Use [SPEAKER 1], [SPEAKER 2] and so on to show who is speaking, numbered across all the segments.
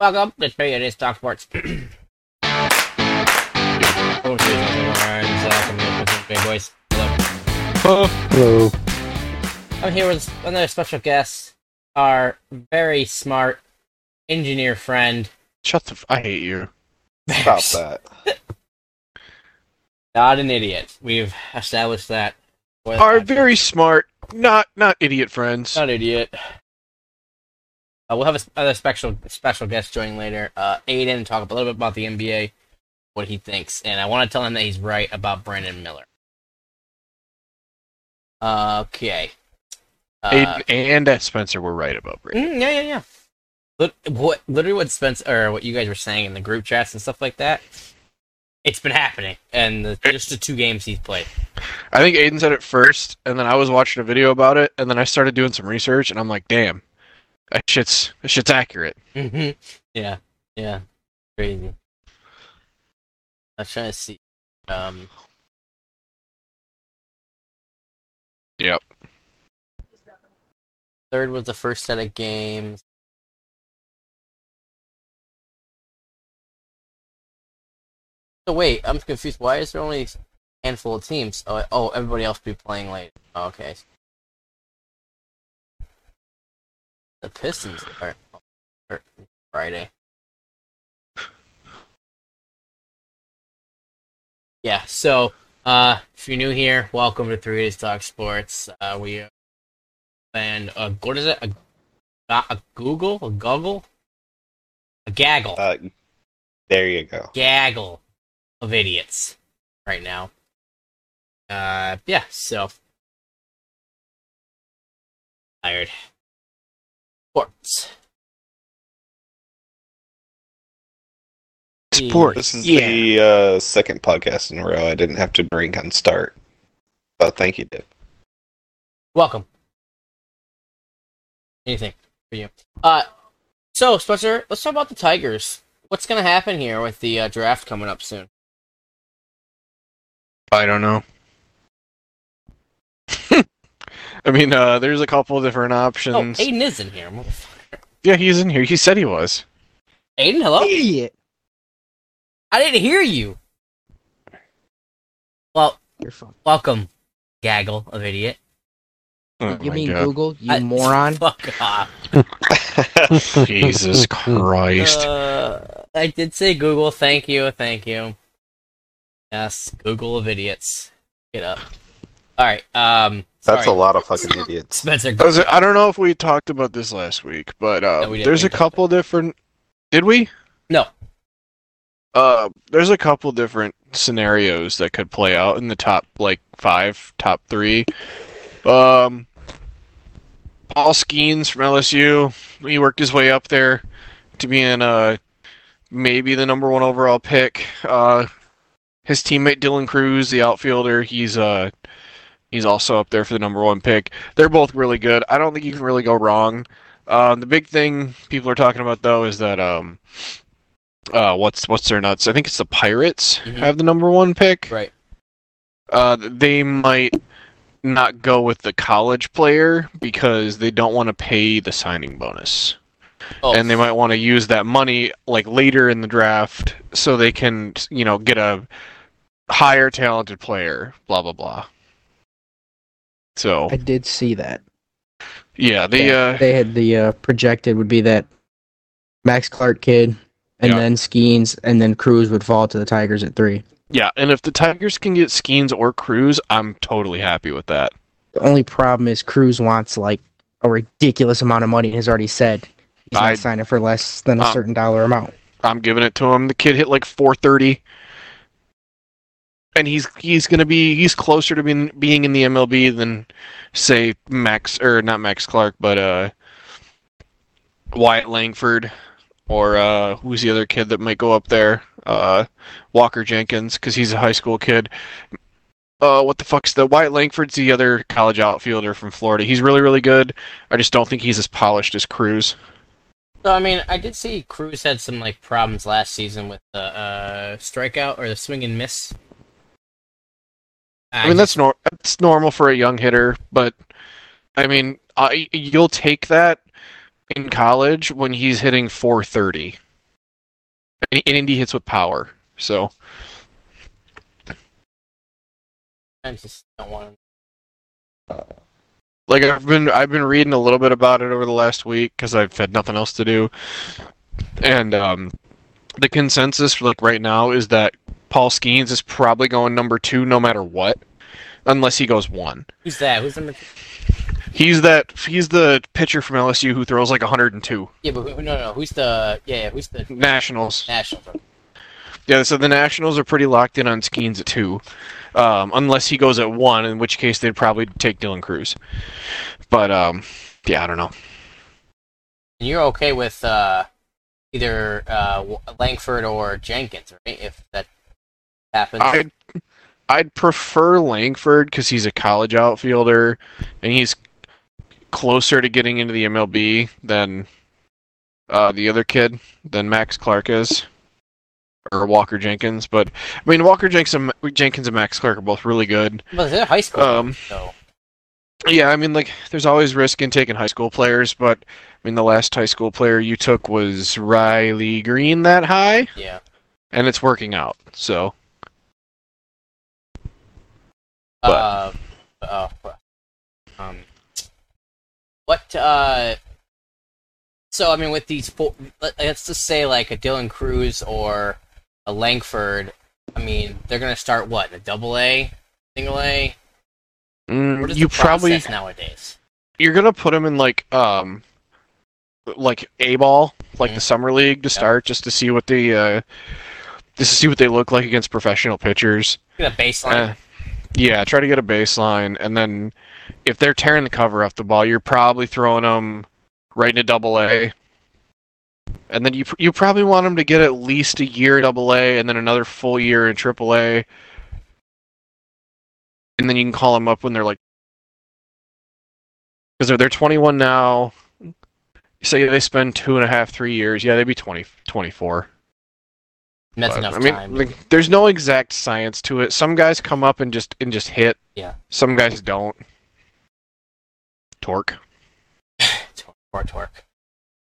[SPEAKER 1] Welcome. Let's play it. It's Talk Sports. oh, geez. I'm Zach. I'm here with Big Boys. Hello.
[SPEAKER 2] Hello.
[SPEAKER 1] I'm here with another special guest, our very smart engineer friend.
[SPEAKER 3] Shut the. F- I hate you.
[SPEAKER 2] Stop that.
[SPEAKER 1] Not an idiot. We've established that. with-
[SPEAKER 3] Are very smart, not not idiot friends.
[SPEAKER 1] Not an idiot. Uh, we'll have a s- another special special guest joining later, uh, Aiden, talk a little bit about the NBA, what he thinks, and I want to tell him that he's right about Brandon Miller. Okay. Uh,
[SPEAKER 3] Aiden and uh, Spencer were right about Brady.
[SPEAKER 1] mm, yeah, yeah, yeah. Lit- what literally what Spencer or what you guys were saying in the group chats and stuff like that. It's been happening, and the, just the two games he's played.
[SPEAKER 3] I think Aiden said it first, and then I was watching a video about it, and then I started doing some research, and I'm like, damn, that shit's that shit's accurate.
[SPEAKER 1] hmm Yeah, yeah, crazy. I'm trying to see. Um,
[SPEAKER 3] Yep.
[SPEAKER 1] Third was the first set of games. So wait, I'm confused. Why is there only a handful of teams? Oh, oh everybody else be playing late. Oh, okay. The Pistons are, are Friday. Yeah, so uh, if you're new here, welcome to Three Days Talk Sports. Uh, we are and uh, what is it? A, not a Google, a goggle, a gaggle,
[SPEAKER 2] Uh, there you go.
[SPEAKER 1] gaggle of idiots right now. Uh, yeah. So tired. Sports. Hmm.
[SPEAKER 3] Sports.
[SPEAKER 2] This is
[SPEAKER 3] yeah.
[SPEAKER 2] the uh, second podcast in a row I didn't have to drink on start. But thank you, Dip.
[SPEAKER 1] Welcome. Anything for you. Uh, so Spencer, let's talk about the Tigers. What's gonna happen here with the uh, draft coming up soon?
[SPEAKER 3] I don't know. I mean, uh, there's a couple different
[SPEAKER 1] Oh,
[SPEAKER 3] options.
[SPEAKER 1] Aiden is in here. Motherfucker.
[SPEAKER 3] yeah, he's in here. He said he was.
[SPEAKER 1] Aiden, hello.
[SPEAKER 4] Idiot.
[SPEAKER 1] I didn't hear you. Well,
[SPEAKER 4] You're fucked.
[SPEAKER 1] welcome, gaggle of idiot.
[SPEAKER 3] Oh
[SPEAKER 4] you
[SPEAKER 3] my
[SPEAKER 4] mean
[SPEAKER 3] God.
[SPEAKER 4] Google, you
[SPEAKER 1] I-
[SPEAKER 4] moron?
[SPEAKER 1] Fuck off.
[SPEAKER 3] Jesus Christ.
[SPEAKER 1] Uh, I did say Google. Thank you. Thank you. Yes, Google of idiots. Get up. All right. Um.
[SPEAKER 5] That's
[SPEAKER 1] sorry,
[SPEAKER 5] a lot of fucking idiots.
[SPEAKER 1] Spencer.
[SPEAKER 3] I was- I don't know if we talked about this last week, but uh,
[SPEAKER 1] No, we didn't.
[SPEAKER 3] there's
[SPEAKER 1] We
[SPEAKER 3] a
[SPEAKER 1] talked
[SPEAKER 3] couple different. Did we?
[SPEAKER 1] No.
[SPEAKER 3] Uh, there's a couple different scenarios that could play out in the top like five, top three. Um, Paul Skeens from LSU, he worked his way up there to being uh maybe the number one overall pick. Uh, his teammate Dylan Cruz, the outfielder, he's uh he's also up there for the number one pick. They're both really good. I don't think you can really go wrong. Um, the big thing people are talking about though is that um, uh, what's what's their nuts? I think it's the Pirates
[SPEAKER 1] Mhm.
[SPEAKER 3] have the number one pick.
[SPEAKER 1] Right.
[SPEAKER 3] Uh, they might not go with the college player because they don't want to pay the signing bonus
[SPEAKER 1] Oh,
[SPEAKER 3] and they might want to use that money like later in the draft so they can you know get a higher talented player blah blah blah
[SPEAKER 1] Oh.
[SPEAKER 3] so
[SPEAKER 4] I did see that.
[SPEAKER 3] yeah they uh
[SPEAKER 4] They had the uh, projected would be that Max Clark kid, and
[SPEAKER 3] Yeah.
[SPEAKER 4] then Skeens, and then Cruz would fall to the Tigers at three.
[SPEAKER 3] yeah and if the tigers can get skeens or cruz i'm totally happy with that
[SPEAKER 4] The only problem is Cruz wants like a ridiculous amount of money and has already said he's
[SPEAKER 3] I-
[SPEAKER 4] not signing for less than a
[SPEAKER 3] Um,
[SPEAKER 4] certain dollar amount.
[SPEAKER 3] i'm giving it to him the kid hit like 430 and he's he's gonna be he's closer to being being in the mlb than say max or not max clark but uh Wyatt Langford, or uh, who's the other kid that might go up there? Uh, Walker Jenkins, because he's a high school kid. Uh, what the fuck's the Wyatt Langford's the other college outfielder from Florida. He's really, really good. I just don't think he's as polished as Cruz.
[SPEAKER 1] So I mean, I did see Cruz had some like problems last season with the uh, strikeout or the swing and miss.
[SPEAKER 3] I mean, that's nor- that's normal for a young hitter, but I mean, I, you'll take that in college when he's hitting 430. And, and Indy hits with power. So
[SPEAKER 1] I just don't want to.
[SPEAKER 3] like I've been I've been reading a little bit about it over the last week because I've had nothing else to do, and um, the consensus for like right now is that Paul Skeens is probably going number two no matter what, unless he goes one.
[SPEAKER 1] Who's that? Who's number?
[SPEAKER 3] He's that he's the pitcher from LSU who throws like 102
[SPEAKER 1] Yeah, but who, no, no. Who's the? Yeah, yeah, who's the
[SPEAKER 3] nationals.
[SPEAKER 1] national?
[SPEAKER 3] Yeah, so the Nationals are pretty locked in on Skeens at two, um, unless he goes at one, in which case they'd probably take Dylan Cruz. But um, yeah, I don't know.
[SPEAKER 1] And you're okay with uh, either uh, W- Langford or Jenkins, right? If that happens.
[SPEAKER 3] I'd, I'd prefer Langford because he's a college outfielder and he's closer to getting into the MLB than uh, the other kid, than Max Clark is, or Walker Jenkins. But I mean, Walker Jenkins, Jenkins and Max Clark are both really good.
[SPEAKER 1] well, they're high school,
[SPEAKER 3] Um,
[SPEAKER 1] so
[SPEAKER 3] Yeah, I mean, like, there's always risk in taking high school players, but I mean, the last high school player you took was Riley Green that high,
[SPEAKER 1] yeah.
[SPEAKER 3] and it's working out. So,
[SPEAKER 1] Uh, uh, um, what? Uh, so I mean, with these four, let- let's just say like a Dylan Cruz or a Langford. I mean, they're gonna start what a double A, single A.
[SPEAKER 3] mm,
[SPEAKER 1] What is
[SPEAKER 3] you
[SPEAKER 1] the
[SPEAKER 3] probably
[SPEAKER 1] process nowadays?
[SPEAKER 3] you're gonna put him in like um, like A ball, like the
[SPEAKER 1] Mhm.
[SPEAKER 3] summer league to start, just to see what the uh, just to see what they look like against professional pitchers.
[SPEAKER 1] Get a baseline.
[SPEAKER 3] Eh, yeah, try to get a baseline, and then if they're tearing the cover off the ball, you're probably throwing them right into Double A, and then you pr- you probably want them to get at least a year in Double A, and then another full year in Triple A, and then you can call them up when they're like, because they're they're 21 now. Say they spend two and a half, three years. Yeah, they'd be 20, 24.
[SPEAKER 1] and That's
[SPEAKER 3] But,
[SPEAKER 1] enough
[SPEAKER 3] I mean,
[SPEAKER 1] time.
[SPEAKER 3] like, there's no exact science to it. Some guys come up and just and just hit.
[SPEAKER 1] Yeah.
[SPEAKER 3] Some guys don't. Torque.
[SPEAKER 1] Poor Torque.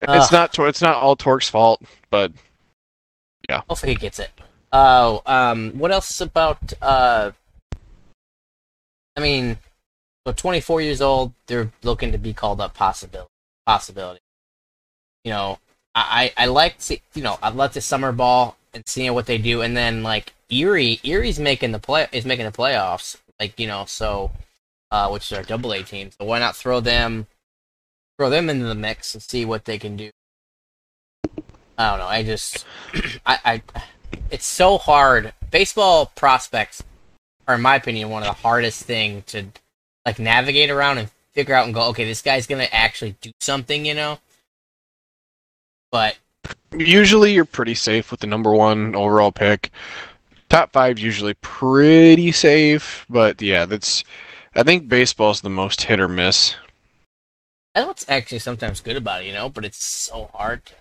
[SPEAKER 3] It's not. Tor- It's not all Torque's fault, but
[SPEAKER 1] Hopefully he gets it. Oh, um, what else about, uh, I mean, so 24 years old, they're looking to be called up possibility. possibility. You know, I, I, I like, to, you know, I love the summer ball and seeing what they do. And then, like, Erie, Erie's making the play, is making the playoffs. Like, you know, so, uh, which is our double A team. So why not throw them, throw them into the mix and see what they can do? I don't know. I just, I, I it's so hard. Baseball prospects are, in my opinion, one of the hardest thing to like navigate around and figure out and go, okay, this guy's gonna actually do something, you know. But
[SPEAKER 3] usually you're pretty safe with the number one overall pick. Top five's usually pretty safe, but yeah, that's. I think baseball's the most hit or miss.
[SPEAKER 1] I know it's actually sometimes good about it, you know. But it's so hard to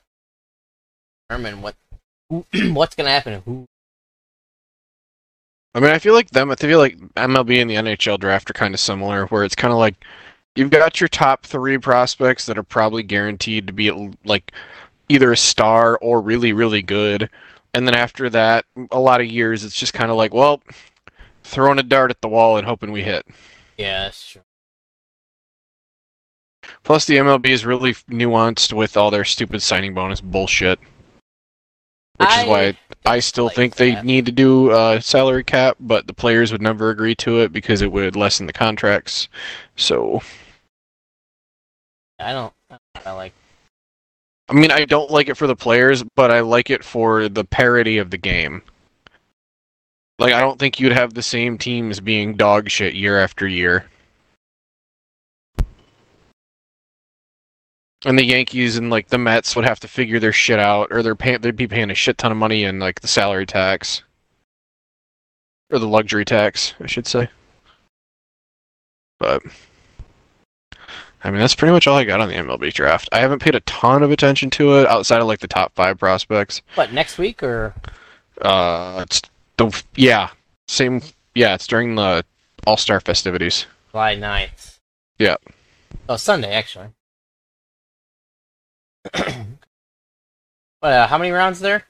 [SPEAKER 1] determine what who, what's gonna happen. and Who
[SPEAKER 3] I mean, I feel like them. I feel like MLB and the NHL draft are kind of similar, where it's kind of like you've got your top three prospects that are probably guaranteed to be at l- like either a star or really, really good, and then after that, a lot of years, it's just kind of like, well, throwing a dart at the wall and hoping we hit.
[SPEAKER 1] Yeah, that's true.
[SPEAKER 3] Plus, the MLB is really f- nuanced with all their stupid signing bonus bullshit, which
[SPEAKER 1] I-
[SPEAKER 3] is why I still
[SPEAKER 1] like
[SPEAKER 3] think they
[SPEAKER 1] that.
[SPEAKER 3] need to do a salary cap, but the players would never agree to it because it would lessen the contracts. So,
[SPEAKER 1] I don't. I, don't, I like.
[SPEAKER 3] I mean, I don't like it for the players, but I like it for the parity of the game. Like, I don't think you'd have the same teams being dog shit year after year. And the Yankees and like the Mets would have to figure their shit out, or they're paying, they'd be paying a shit ton of money in like the salary tax, or the luxury tax, I should say. But I mean, that's pretty much all I got on the MLB draft. I haven't paid a ton of attention to it outside of like the top five prospects.
[SPEAKER 1] What next week or
[SPEAKER 3] Uh, it's the yeah, same yeah. It's during the All Star festivities.
[SPEAKER 1] July 9th?
[SPEAKER 3] Yeah.
[SPEAKER 1] Oh, Sunday actually. what, uh, how many rounds there?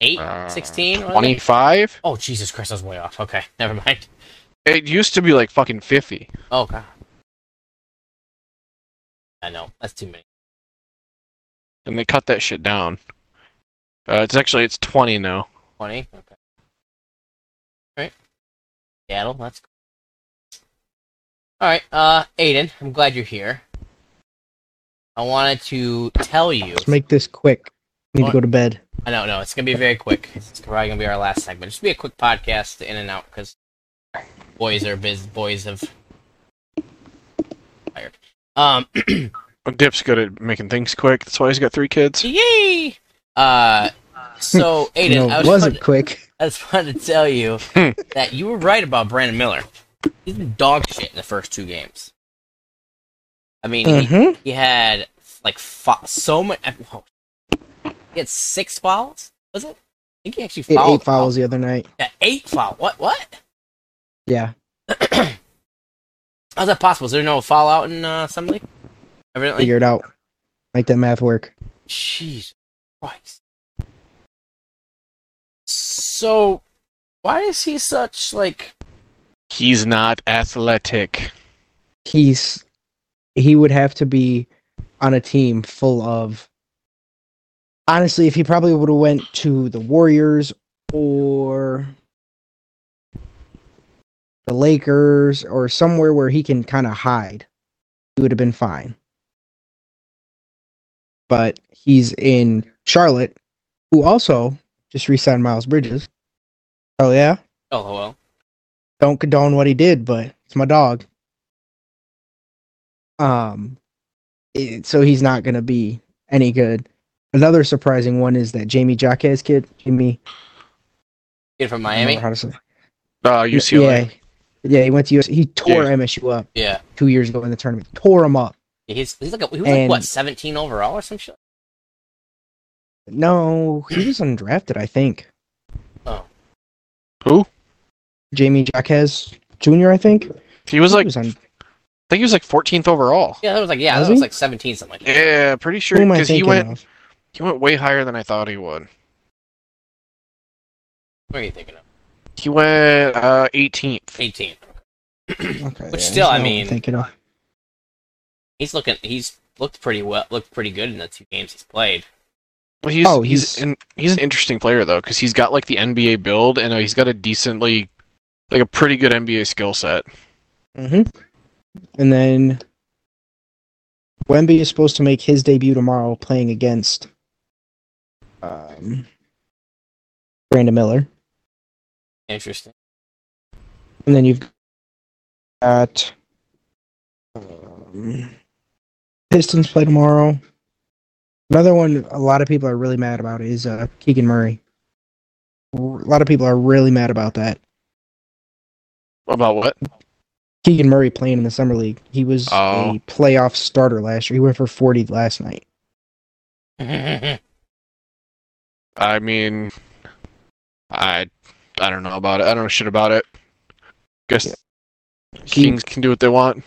[SPEAKER 1] eight,
[SPEAKER 3] Uh,
[SPEAKER 1] 16? what is it?
[SPEAKER 3] 25?
[SPEAKER 1] Oh, Jesus Christ, I was way off. Okay, never mind.
[SPEAKER 3] It used to be like fucking 50.
[SPEAKER 1] Oh, God. I know, that's too many.
[SPEAKER 3] And they cut that shit down. Uh, it's actually, it's 20 now.
[SPEAKER 1] 20? Okay. Alright. Seattle, that's cool. Alright, uh, Aiden, I'm glad you're here. I wanted to tell you.
[SPEAKER 4] Let's make this quick. Need to go to bed.
[SPEAKER 1] I don't know. It's gonna be very quick. It's probably gonna be our last segment. Just be a quick podcast, in and out, because boys are biz. Boys have tired. Um,
[SPEAKER 3] Dip's good at making things quick. That's why he's got three kids.
[SPEAKER 1] yay! Uh, so Aiden,
[SPEAKER 4] no,
[SPEAKER 1] I
[SPEAKER 4] it
[SPEAKER 1] was
[SPEAKER 4] wasn't
[SPEAKER 1] wanted,
[SPEAKER 4] quick.
[SPEAKER 1] I just wanted to tell you that you were right about Brandon Miller. He's been dog shit in the first two games. I mean, he-
[SPEAKER 4] Mm-hmm.
[SPEAKER 1] he had like fo- so much. He had six fouls. Was it? I think he actually fouled.
[SPEAKER 4] Eight fouls the other night.
[SPEAKER 1] Yeah, eight foul. What? What?
[SPEAKER 4] Yeah.
[SPEAKER 1] How's that possible? Is there no fallout in uh, assembly? Evidently.
[SPEAKER 4] Figure it out. Make that math work.
[SPEAKER 1] Jeez, Christ. So, why is he such like?
[SPEAKER 3] He's not athletic.
[SPEAKER 4] He's he would have to be on a team full of honestly, if he probably would have went to the Warriors or the Lakers or somewhere where he can kind of hide, he would have been fine. But he's in Charlotte, who also just re-signed Miles Bridges. Oh yeah.
[SPEAKER 1] LOL.
[SPEAKER 4] don't condone what he did, but it's my dog. Um, it- so he's not gonna be any good. Another surprising one is that Jamie Jaquez kid, Jamie
[SPEAKER 1] Kid from
[SPEAKER 4] I don't
[SPEAKER 1] Miami.
[SPEAKER 4] know how to say
[SPEAKER 3] Uh, UCLA.
[SPEAKER 4] Yeah, yeah, he went to US. He tore
[SPEAKER 3] Yeah.
[SPEAKER 4] MSU up
[SPEAKER 1] Yeah.
[SPEAKER 4] two years ago in the tournament. Tore him up.
[SPEAKER 1] He's he's like a, he was like
[SPEAKER 4] And-
[SPEAKER 1] what seventeen overall or some shit.
[SPEAKER 4] No, he was undrafted, I think.
[SPEAKER 1] Oh.
[SPEAKER 3] Who?
[SPEAKER 4] Jamie Jaquez Jr. I think.
[SPEAKER 3] He was like,
[SPEAKER 4] he was
[SPEAKER 3] I
[SPEAKER 4] on,
[SPEAKER 3] think he was like 14th overall.
[SPEAKER 1] Yeah, that was like yeah,
[SPEAKER 4] Was
[SPEAKER 1] that was
[SPEAKER 4] he?
[SPEAKER 1] like seventeen something like that.
[SPEAKER 3] Yeah, pretty sure.
[SPEAKER 4] who am I
[SPEAKER 3] Because he
[SPEAKER 4] thinking
[SPEAKER 3] went,
[SPEAKER 4] of?
[SPEAKER 3] he went way higher than I thought he would.
[SPEAKER 1] What are you thinking of?
[SPEAKER 3] He went uh, 18th.
[SPEAKER 1] Eighteen.
[SPEAKER 4] Okay,
[SPEAKER 1] Which
[SPEAKER 4] yeah,
[SPEAKER 1] still,
[SPEAKER 4] he's
[SPEAKER 1] I
[SPEAKER 4] not
[SPEAKER 1] mean-
[SPEAKER 4] thinking of.
[SPEAKER 1] He's looking. He's looked pretty well. Looked pretty good in the two games he's played.
[SPEAKER 3] Well, he's
[SPEAKER 4] Oh,
[SPEAKER 3] he's
[SPEAKER 4] he's-
[SPEAKER 3] an, he's an interesting player though because he's got like the NBA build and uh, he's got a decently like a pretty good NBA skill set.
[SPEAKER 4] hmm And then Wemby is supposed to make his debut tomorrow, playing against um, Brandon Miller.
[SPEAKER 1] Interesting.
[SPEAKER 4] And then you've got um, Pistons play tomorrow. Another one a lot of people are really mad about is uh, Keegan Murray. A lot of people are really mad about that.
[SPEAKER 3] About what?
[SPEAKER 4] Keegan Murray playing in the summer league. He was
[SPEAKER 3] Oh.
[SPEAKER 4] a playoff starter last year. He went for forty last night.
[SPEAKER 3] I mean, I I don't know about it. I don't know shit about it. Guess Kings can do what they want.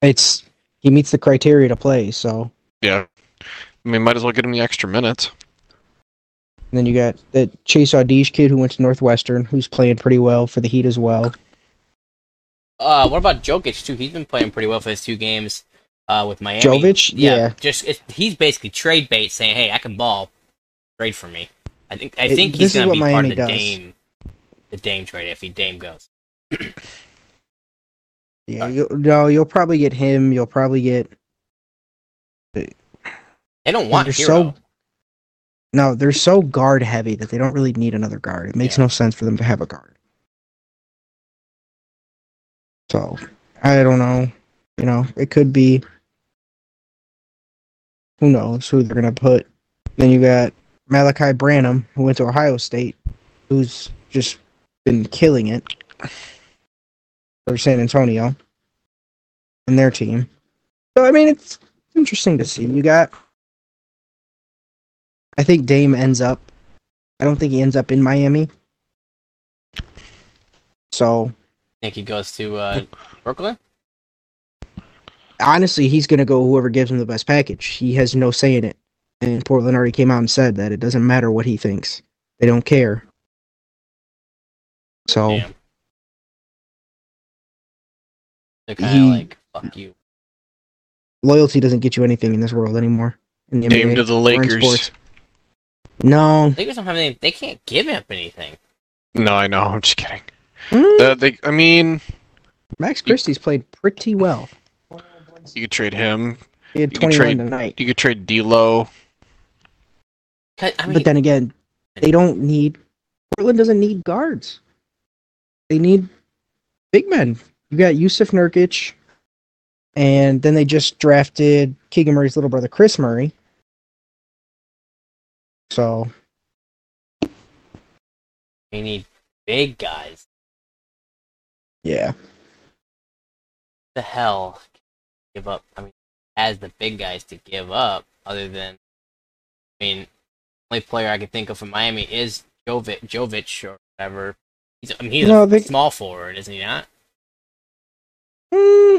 [SPEAKER 4] it's he meets the criteria to play. So
[SPEAKER 3] Yeah, I mean, might as well get him the extra minutes.
[SPEAKER 4] and then you got that Chase Audige kid who went to Northwestern, who's playing pretty well for the Heat as well.
[SPEAKER 1] Uh, what about Jokic too? He's been playing pretty well for his two games uh, with Miami.
[SPEAKER 4] Jovic, yeah.
[SPEAKER 1] Just it's, he's basically trade bait, saying, "Hey, I can ball, trade for me." I think I
[SPEAKER 4] It-
[SPEAKER 1] think
[SPEAKER 4] this
[SPEAKER 1] he's
[SPEAKER 4] is
[SPEAKER 1] gonna
[SPEAKER 4] what
[SPEAKER 1] be part of
[SPEAKER 4] Miami
[SPEAKER 1] the
[SPEAKER 4] does.
[SPEAKER 1] Dame, the Dame trade if he Dame goes.
[SPEAKER 4] Yeah, you'll, no, you'll probably get him. You'll probably get
[SPEAKER 1] They don't want
[SPEAKER 4] they're
[SPEAKER 1] Hero.
[SPEAKER 4] so. No, they're so guard heavy that they don't really need another guard. It makes no sense for them to have a guard. So I don't know. You know, it could be. Who knows who they're gonna put? Then you got Malachi Branham, who went to Ohio State, who's just been killing it for San Antonio and their team. So I mean, it's interesting to see. You got. I think Dame ends up. I don't think he ends up in Miami. So
[SPEAKER 1] I think he goes to uh, Brooklyn.
[SPEAKER 4] honestly, he's going to go whoever gives him the best package. He has no say in it. And Portland already came out and said that it doesn't matter what he thinks. They don't care. So
[SPEAKER 1] Yeah. They're kind of
[SPEAKER 4] He-
[SPEAKER 1] like, fuck you.
[SPEAKER 4] loyalty doesn't get you anything in this world anymore. In the
[SPEAKER 3] Dame
[SPEAKER 4] NBA.
[SPEAKER 3] to the
[SPEAKER 4] in
[SPEAKER 3] Lakers.
[SPEAKER 4] sports. No.
[SPEAKER 1] Lakers don't have anything. They can't give up anything.
[SPEAKER 3] No, I know. I'm just kidding.
[SPEAKER 4] Mm,
[SPEAKER 3] Uh, they, I mean,
[SPEAKER 4] Max Christie's played pretty well.
[SPEAKER 3] you could trade him.
[SPEAKER 4] He had
[SPEAKER 3] You
[SPEAKER 4] 21
[SPEAKER 3] trade-
[SPEAKER 4] tonight.
[SPEAKER 3] You could trade D'Lo.
[SPEAKER 1] 'Cause, I mean,
[SPEAKER 4] but then again, they don't need Portland doesn't need guards. They need big men. You got Yusuf Nurkic, and then they just drafted Keegan Murray's little brother Chris Murray. So
[SPEAKER 1] they need big guys.
[SPEAKER 4] yeah,
[SPEAKER 1] the hell give up? I mean, has the big guys to give up other than? I mean, only player I can think of from Miami is Jovic, Jovic or whatever. He's, I mean, he's
[SPEAKER 4] No,
[SPEAKER 1] a
[SPEAKER 4] they-
[SPEAKER 1] small forward, isn't he not?
[SPEAKER 4] Hmm.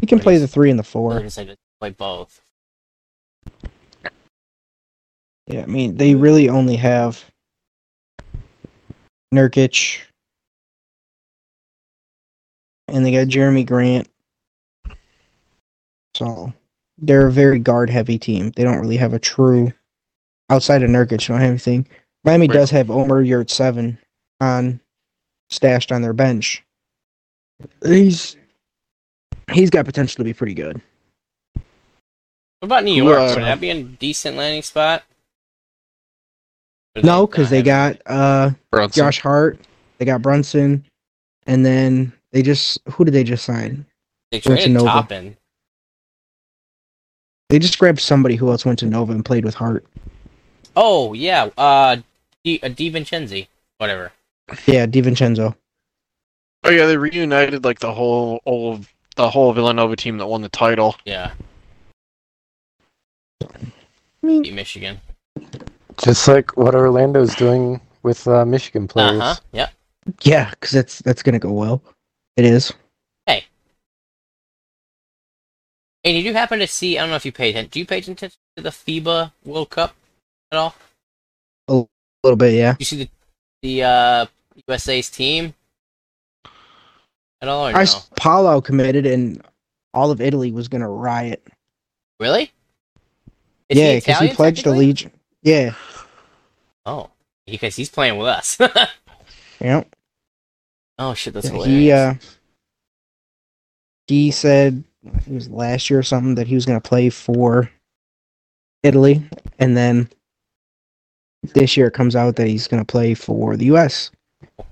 [SPEAKER 4] he can play the three and the
[SPEAKER 1] Or
[SPEAKER 4] four.
[SPEAKER 1] just like play both.
[SPEAKER 4] Yeah, I mean they really only have Nurkic, and they got Jeremy Grant. So they're a very guard heavy team. They don't really have a true outside of Nurkic. They don't have anything. Miami
[SPEAKER 3] Right.
[SPEAKER 4] does have Omer Yurt seven on stashed on their bench. He's he's got potential to be pretty good.
[SPEAKER 1] What about New
[SPEAKER 3] Who,
[SPEAKER 1] York?
[SPEAKER 3] uh,
[SPEAKER 1] Would that be a decent landing spot? Or do
[SPEAKER 4] No, because
[SPEAKER 1] not
[SPEAKER 4] they
[SPEAKER 1] have-
[SPEAKER 4] got uh
[SPEAKER 3] Brunson.
[SPEAKER 4] Josh Hart, they got Brunson, and then they just who did they just sign?
[SPEAKER 1] they traded
[SPEAKER 4] Nova.
[SPEAKER 1] Toppin.
[SPEAKER 4] They just grabbed somebody who else went to Nova and played with Hart.
[SPEAKER 1] Oh yeah, uh, D, uh, DiVincenzi, whatever.
[SPEAKER 4] Yeah, DiVincenzo.
[SPEAKER 3] Oh yeah, they reunited like the whole old the whole Villanova team that won the title.
[SPEAKER 1] Yeah,
[SPEAKER 4] I mean,
[SPEAKER 1] beat Michigan.
[SPEAKER 5] Just like what Orlando's doing with uh, Michigan
[SPEAKER 1] Uh
[SPEAKER 5] players.
[SPEAKER 1] huh. Yep.
[SPEAKER 4] yeah, because that's that's gonna go well. It is.
[SPEAKER 1] And you do happen to see, I don't know if you pay attention, do you pay attention to the FIBA World Cup at all?
[SPEAKER 4] A little bit, yeah.
[SPEAKER 1] You see the the uh, USA's team at all or no?
[SPEAKER 4] I s- Palau committed, and all of Italy was gonna riot.
[SPEAKER 1] really? Is
[SPEAKER 4] yeah, because he,
[SPEAKER 1] Italian,
[SPEAKER 4] pledged
[SPEAKER 1] technically?
[SPEAKER 4] allegiance. Yeah,
[SPEAKER 1] Oh, because he's playing with us.
[SPEAKER 4] yeah.
[SPEAKER 1] oh shit, that's
[SPEAKER 4] Yeah,
[SPEAKER 1] hilarious.
[SPEAKER 4] he uh, he said I think it was last year or something that he was going to play for Italy, and then this year it comes out that he's going to play for the U.S.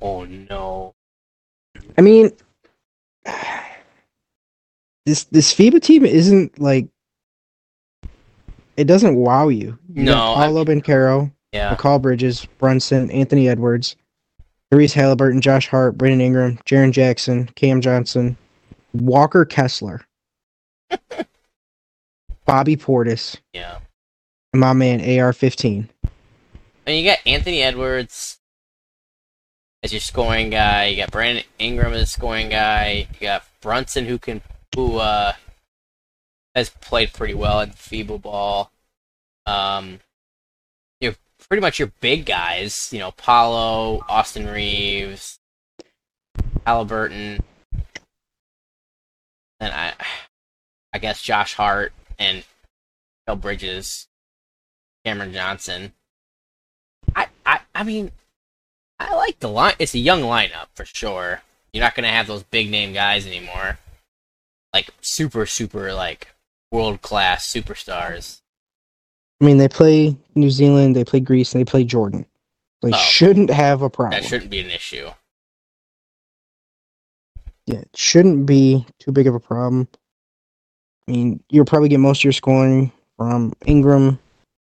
[SPEAKER 1] Oh no.
[SPEAKER 4] I mean, this this FIBA team isn't like it doesn't wow you. you
[SPEAKER 1] No,
[SPEAKER 4] got
[SPEAKER 1] I
[SPEAKER 4] Paolo Bencaro,
[SPEAKER 1] Yeah.
[SPEAKER 4] McCall Bridges, Brunson, Anthony Edwards, Therese Halliburton, Josh Hart, Brandon Ingram, Jaron Jackson, Cam Johnson, Walker Kessler, Bobby Portis,
[SPEAKER 1] Yeah.
[SPEAKER 4] and my man AR15.
[SPEAKER 1] And you got Anthony Edwards as your scoring guy. You got Brandon Ingram as a scoring guy. You got Brunson who can who uh has played pretty well at feeble ball. Um, you're pretty much your big guys. You know, Paulo, Austin Reeves, Halliburton, and I, I guess Josh Hart and Bill Bridges, Cameron Johnson. I, I, I mean, I like the line. It's a young lineup for sure. You're not gonna have those big name guys anymore, like super, super, like world class superstars.
[SPEAKER 4] I mean, they play New Zealand, they play Greece, and they play Jordan. They
[SPEAKER 1] Oh.
[SPEAKER 4] shouldn't have a problem.
[SPEAKER 1] That shouldn't be an issue.
[SPEAKER 4] yeah, it shouldn't be too big of a problem. I mean, you'll probably get most of your scoring from Ingram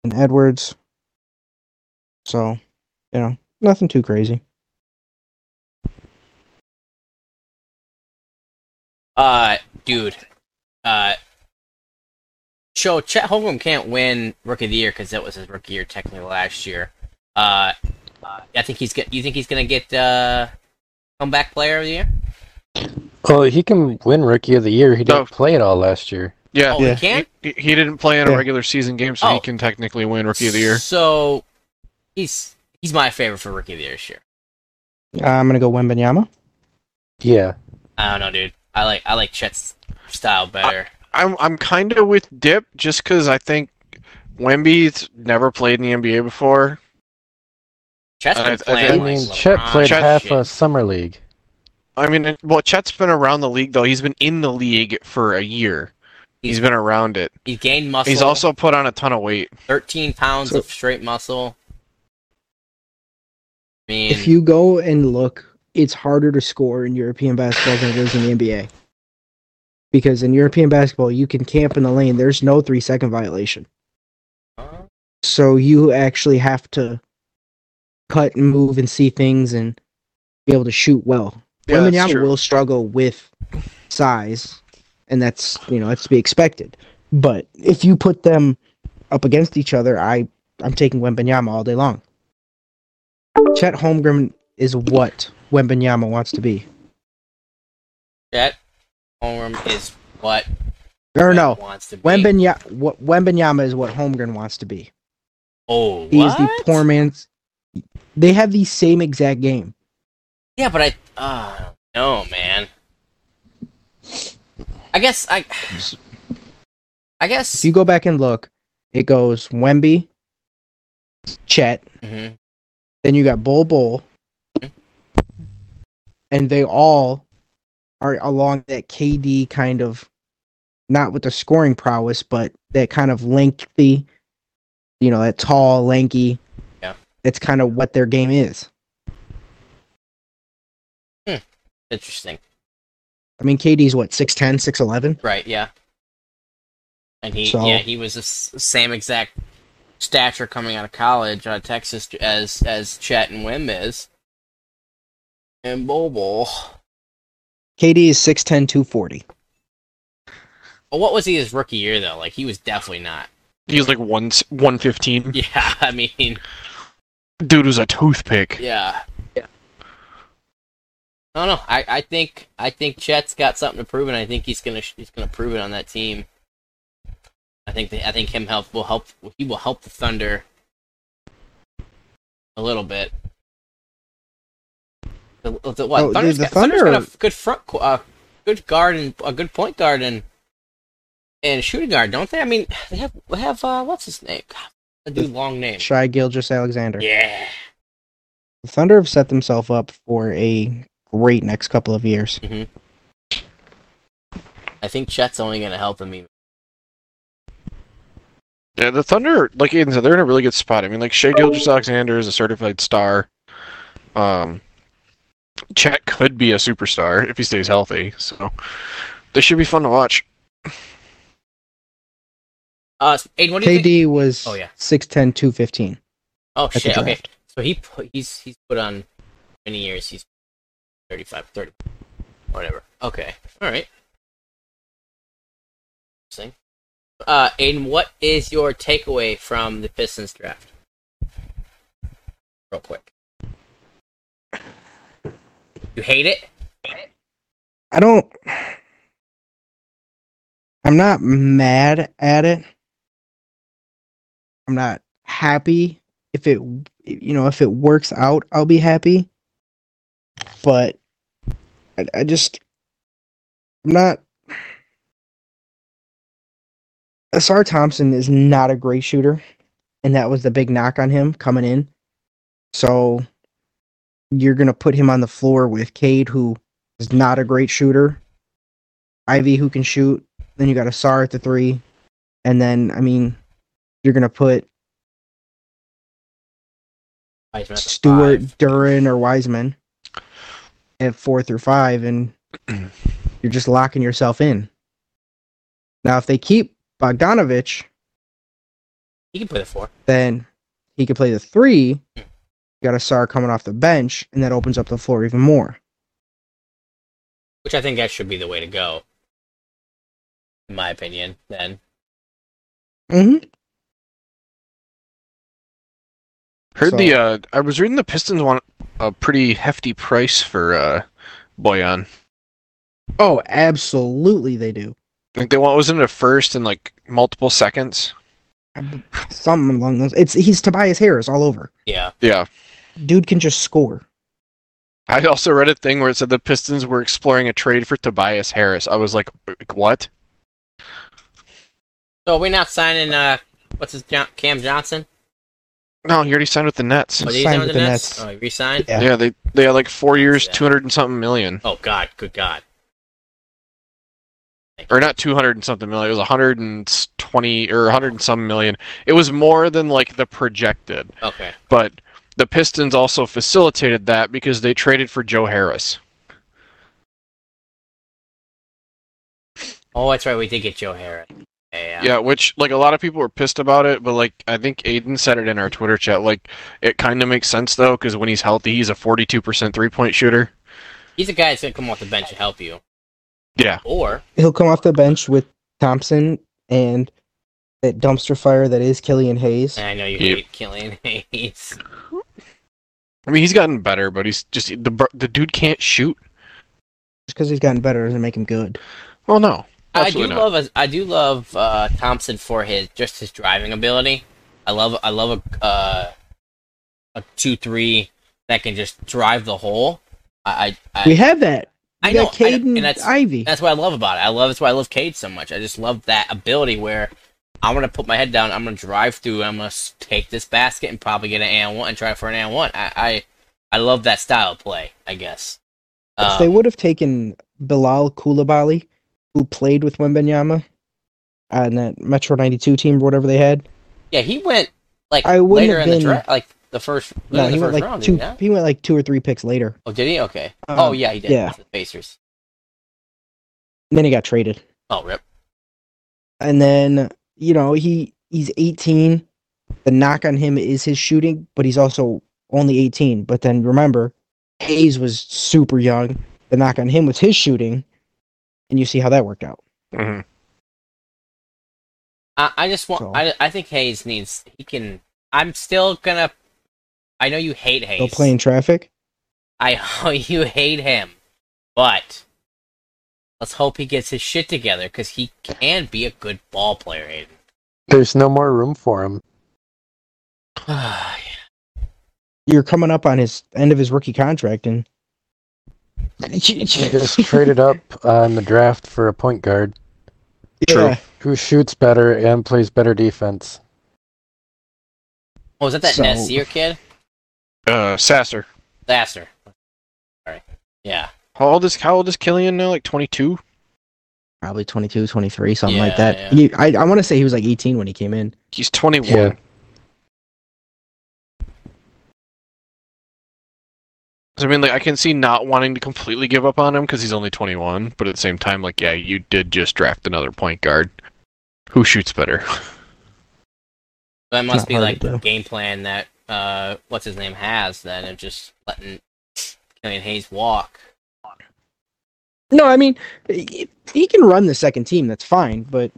[SPEAKER 4] and Edwards. So, you know, nothing too crazy.
[SPEAKER 1] Uh, dude, uh, so Chet Holmgren can't win Rookie of the Year because that was his rookie year technically last year. Uh, uh, I think he's get. You think he's gonna get uh, comeback player of the year?
[SPEAKER 5] Well, he can win Rookie of the Year. He didn't
[SPEAKER 3] No.
[SPEAKER 5] play it all last year.
[SPEAKER 3] Yeah.
[SPEAKER 1] Oh,
[SPEAKER 4] Yeah.
[SPEAKER 1] he can.
[SPEAKER 3] He, he didn't play in a
[SPEAKER 4] Yeah.
[SPEAKER 3] regular season game, so
[SPEAKER 1] Oh.
[SPEAKER 3] he can technically win Rookie of the Year.
[SPEAKER 1] So he's he's my favorite for rookie of the year this year.
[SPEAKER 4] I'm gonna go Wembenyama.
[SPEAKER 5] Yeah.
[SPEAKER 1] I don't know, dude. I like I like Chet's style better.
[SPEAKER 3] I'm I'm kind of with Dip just because I think Wemby's never played in the NBA before.
[SPEAKER 1] Chet's
[SPEAKER 3] I-
[SPEAKER 1] been
[SPEAKER 3] I
[SPEAKER 5] I
[SPEAKER 1] playing.
[SPEAKER 3] think-
[SPEAKER 1] like
[SPEAKER 5] mean, Chet
[SPEAKER 1] LeBron
[SPEAKER 5] played
[SPEAKER 3] Chet-
[SPEAKER 5] half
[SPEAKER 1] shit.
[SPEAKER 5] a summer league.
[SPEAKER 3] I mean, it- well, Chet's been around the league though. He's been in the league for a year. He's been around it.
[SPEAKER 1] He gained muscle.
[SPEAKER 3] He's also put on a ton of weight.
[SPEAKER 1] 13 pounds
[SPEAKER 4] So-
[SPEAKER 1] of straight muscle. I mean,
[SPEAKER 4] If you go and look, it's harder to score in European basketball than it is in the NBA. Because in European basketball, you can camp in the lane. There's no three second violation.
[SPEAKER 1] Huh?
[SPEAKER 4] So you actually have to cut and move and see things and be able to shoot well.
[SPEAKER 3] Yeah, that's
[SPEAKER 4] Wembanyama
[SPEAKER 3] true.
[SPEAKER 4] will struggle with size, and that's you know that's to be expected. But if you put them up against each other, I I'm taking Wembanyama all day long. Chet Holmgren is what Wembanyama wants to be.
[SPEAKER 1] Chet Holmgren is what
[SPEAKER 4] Or
[SPEAKER 1] Chet
[SPEAKER 4] no,
[SPEAKER 1] wants to be.
[SPEAKER 4] Wembanya what Wembanyama is what Holmgren wants to be.
[SPEAKER 1] oh,
[SPEAKER 4] He is
[SPEAKER 1] what?
[SPEAKER 4] the poor man's. They have the same exact game.
[SPEAKER 1] Yeah, but I. Uh, no, man. I guess I. I guess.
[SPEAKER 4] If you go back and look, it goes Wemby, Chet,
[SPEAKER 1] Mhm.
[SPEAKER 4] Then you got Bull Bull. And they all are along that KD kind of, not with the scoring prowess, but that kind of lengthy, you know, that tall, lanky.
[SPEAKER 1] Yeah.
[SPEAKER 4] That's kind of what their game is.
[SPEAKER 1] Interesting.
[SPEAKER 4] I mean, KD's what, 6'10, 6'11?
[SPEAKER 1] Right, yeah. And he,
[SPEAKER 4] So-
[SPEAKER 1] yeah, he was the s- same exact stature coming out of college out of Texas as as Chet and Wim is. And Bobo.
[SPEAKER 4] KD is 6'10, 240.
[SPEAKER 1] Well, what was he his rookie year though? Like he was definitely not.
[SPEAKER 3] He's like one one fifteen.
[SPEAKER 1] Yeah, I mean,
[SPEAKER 3] Dude was a toothpick.
[SPEAKER 1] yeah. I don't know. I, I think I think Chet's got something to prove, and I think he's gonna sh- he's gonna prove it on that team. I think the, I think him help will help he will help the Thunder a little bit. The, the, what
[SPEAKER 4] Oh,
[SPEAKER 1] Thunder's
[SPEAKER 4] the- the
[SPEAKER 1] got, Thunder's got a
[SPEAKER 4] Thunder-
[SPEAKER 1] f- good front qu- uh, good guard and a good point guard and and shooting guard, don't they? I mean, they have they have uh, what's his name? God, I do long name.
[SPEAKER 4] Shy Gilgis Alexander.
[SPEAKER 1] Yeah.
[SPEAKER 4] The Thunder have set themselves up for a great next couple of years.
[SPEAKER 1] I think Chet's only going to help him. even-
[SPEAKER 3] Yeah, the Thunder, like Aiden said, they're in a really good spot. I mean, like Shea Gilgis Alexander is a certified star. Um, Chet could be a superstar if he stays healthy. So this should be fun to watch.
[SPEAKER 1] Uh, Aiden, what do you think?
[SPEAKER 4] KD was
[SPEAKER 1] Oh, yeah.
[SPEAKER 4] 6'10, 215.
[SPEAKER 1] Oh
[SPEAKER 4] the
[SPEAKER 1] shit. Okay.
[SPEAKER 4] draft.
[SPEAKER 1] So he put, he's he's put on many years. He's 35, 30, whatever. Okay. All right. Interesting. Uh, Aiden, what is your takeaway from the Pistons draft? Real quick. You hate it?
[SPEAKER 4] I don't. I'm not mad at it. I'm not happy. If it, you know, if it works out, I'll be happy. But I, I just, I'm not. Asar Thompson is not a great shooter, and that was the big knock on him coming in. So you're gonna put him on the floor with Cade, who is not a great shooter. Ivy who can shoot. Then you got Asar at the three, and then I mean, you're gonna put
[SPEAKER 1] Wiseman at the
[SPEAKER 4] Stewart,
[SPEAKER 1] five.
[SPEAKER 4] Duran, or Wiseman at four through five, and you're just locking yourself in. Now, if they keep Bogdanovich,
[SPEAKER 1] He can play the four.
[SPEAKER 4] then he could play the three. You got Asar coming off the bench, and that opens up the floor even more.
[SPEAKER 1] which I think that should be the way to go, in my opinion. Then
[SPEAKER 4] hmm
[SPEAKER 3] Heard
[SPEAKER 4] So-
[SPEAKER 3] the uh, I was reading the Pistons want a pretty hefty price for uh, Boyan.
[SPEAKER 4] Oh, absolutely, they do.
[SPEAKER 3] Like they want wasn't it a first and like multiple seconds?
[SPEAKER 4] Something along those. It's he's Tobias Harris all over.
[SPEAKER 1] Yeah.
[SPEAKER 3] Yeah.
[SPEAKER 4] Dude can just score.
[SPEAKER 3] I also read a thing where it said the Pistons were exploring a trade for Tobias Harris. I was like, what?
[SPEAKER 1] So we're not signing. Uh, what's his John- Cam Johnson?
[SPEAKER 3] No, he already signed with the Nets.
[SPEAKER 1] Oh, did he
[SPEAKER 4] Signed
[SPEAKER 1] sign with
[SPEAKER 4] with
[SPEAKER 1] the
[SPEAKER 4] the
[SPEAKER 1] Nets?
[SPEAKER 4] Nets.
[SPEAKER 1] Oh, he re-signed.
[SPEAKER 4] Yeah.
[SPEAKER 3] Yeah, they they had like four years,
[SPEAKER 1] Yeah.
[SPEAKER 3] two hundred and something million,
[SPEAKER 1] Oh God, good God.
[SPEAKER 3] or not two hundred and something million. It was hundred and twenty or hundred and some million. It was more than like the projected,
[SPEAKER 1] Okay.
[SPEAKER 3] but the Pistons also facilitated that because they traded for Joe Harris.
[SPEAKER 1] Oh, that's right. We did get Joe Harris. uh, Yeah.
[SPEAKER 3] Yeah. which like a lot of people were pissed about it, but like I think Aiden said it in our Twitter chat. Like it kind of makes sense though, because when he's healthy, he's a forty-two percent three-point shooter.
[SPEAKER 1] He's a guy that's gonna come off the bench and help you.
[SPEAKER 3] Yeah.
[SPEAKER 1] Or
[SPEAKER 4] He'll come off the bench with Thompson and that dumpster fire that is Killian Hayes.
[SPEAKER 1] and I know you
[SPEAKER 3] Yep.
[SPEAKER 1] hate Killian Hayes.
[SPEAKER 3] I mean, he's gotten better, but he's just the br- the dude can't shoot.
[SPEAKER 4] Just because he's gotten better doesn't make him good.
[SPEAKER 3] Well, no.
[SPEAKER 1] I do
[SPEAKER 3] Absolutely not.
[SPEAKER 1] love his- I do love uh, Thompson for his just his driving ability. I love I love a uh, a two three that can just drive the hole. I I, I,
[SPEAKER 4] we have that. We
[SPEAKER 1] I know
[SPEAKER 4] got
[SPEAKER 1] I know,
[SPEAKER 4] Caden
[SPEAKER 1] and that's
[SPEAKER 4] Ivy.
[SPEAKER 1] that's what I love about it. I love that's why I love Cade so much. I just love that ability where I'm gonna put my head down. I'm gonna drive through. I'm gonna s- take this basket and probably get an and one and try for an and one. I, I I love that style of play. I guess.
[SPEAKER 4] if they
[SPEAKER 1] Um,
[SPEAKER 4] would have taken Bilal Koulibaly, who played with Wembenyama on that Metro 92 team or whatever they had.
[SPEAKER 1] yeah, he went like
[SPEAKER 4] I wouldn't
[SPEAKER 1] later
[SPEAKER 4] have
[SPEAKER 1] in the
[SPEAKER 4] been-
[SPEAKER 1] draft, like the first.
[SPEAKER 4] No,
[SPEAKER 1] in the
[SPEAKER 4] he
[SPEAKER 1] first
[SPEAKER 4] went like
[SPEAKER 1] round, did
[SPEAKER 4] two.
[SPEAKER 1] he not?
[SPEAKER 4] He went like two or three picks later.
[SPEAKER 1] Oh, did he? Okay.
[SPEAKER 4] Um,
[SPEAKER 1] oh, yeah, he did.
[SPEAKER 4] yeah.
[SPEAKER 1] The Pacers.
[SPEAKER 4] And then he got traded.
[SPEAKER 1] Oh, rip.
[SPEAKER 4] And then you know he he's 18. The knock on him is his shooting, but he's also only 18. But then remember, Hayes was super young. The knock on him was his shooting, and you see how that worked out.
[SPEAKER 3] hmm
[SPEAKER 1] I, I just want.
[SPEAKER 4] So-
[SPEAKER 1] I, I think Hayes needs. He can. I'm still gonna. I know you hate Hayes.
[SPEAKER 4] Go play in traffic.
[SPEAKER 1] I know you hate him, but let's hope he gets his shit together because he can be a good ball player. Aiden.
[SPEAKER 5] There's no more room for him.
[SPEAKER 4] You're coming up on his end of his rookie contract, and
[SPEAKER 5] He just traded up on the draft for a point guard
[SPEAKER 3] True.
[SPEAKER 4] Yeah.
[SPEAKER 5] who shoots better and plays better defense.
[SPEAKER 1] oh, was that that
[SPEAKER 4] So-
[SPEAKER 1] Nasir kid?
[SPEAKER 3] Uh, Sasser.
[SPEAKER 1] Nasir. Sorry. Yeah.
[SPEAKER 3] How old is How old is Killian now? Like twenty two.
[SPEAKER 4] probably 22 23 something
[SPEAKER 1] Yeah,
[SPEAKER 4] like that
[SPEAKER 1] yeah.
[SPEAKER 4] He- i, I want to say he was like 18 when he came in
[SPEAKER 3] He's twenty one.
[SPEAKER 5] Yeah.
[SPEAKER 3] So, I mean, like I can see not wanting to completely give up on him because he's only twenty one, but at the same time, like yeah, you did just draft another point guard who shoots better.
[SPEAKER 1] That must
[SPEAKER 4] not
[SPEAKER 1] be
[SPEAKER 4] hard
[SPEAKER 1] like
[SPEAKER 4] to
[SPEAKER 1] the
[SPEAKER 4] do.
[SPEAKER 1] game plan that uh, what's his name has then of just letting Killian Hayes walk.
[SPEAKER 4] no i mean he, he can run the second team that's fine but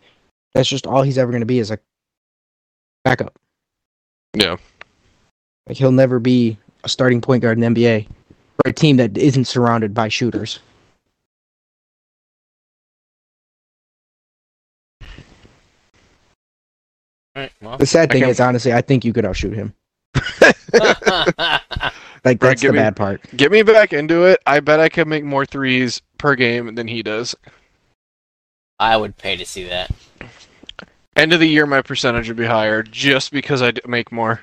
[SPEAKER 4] that's just all he's ever going to be is a backup
[SPEAKER 3] Yeah.
[SPEAKER 4] like he'll never be a starting point guard in the nba for a team that isn't surrounded by shooters
[SPEAKER 1] All right. Well.
[SPEAKER 4] the sad
[SPEAKER 3] I
[SPEAKER 4] thing
[SPEAKER 3] can't-
[SPEAKER 4] is honestly i think you could outshoot him
[SPEAKER 1] yeah,
[SPEAKER 4] like
[SPEAKER 3] Brad,
[SPEAKER 4] that's
[SPEAKER 3] give
[SPEAKER 4] the
[SPEAKER 3] me-
[SPEAKER 4] bad part
[SPEAKER 3] Get me back into it. I bet I could make more threes per game than he does.
[SPEAKER 1] I would pay to see that.
[SPEAKER 3] End of the year, my percentage would be higher just because I d- make more.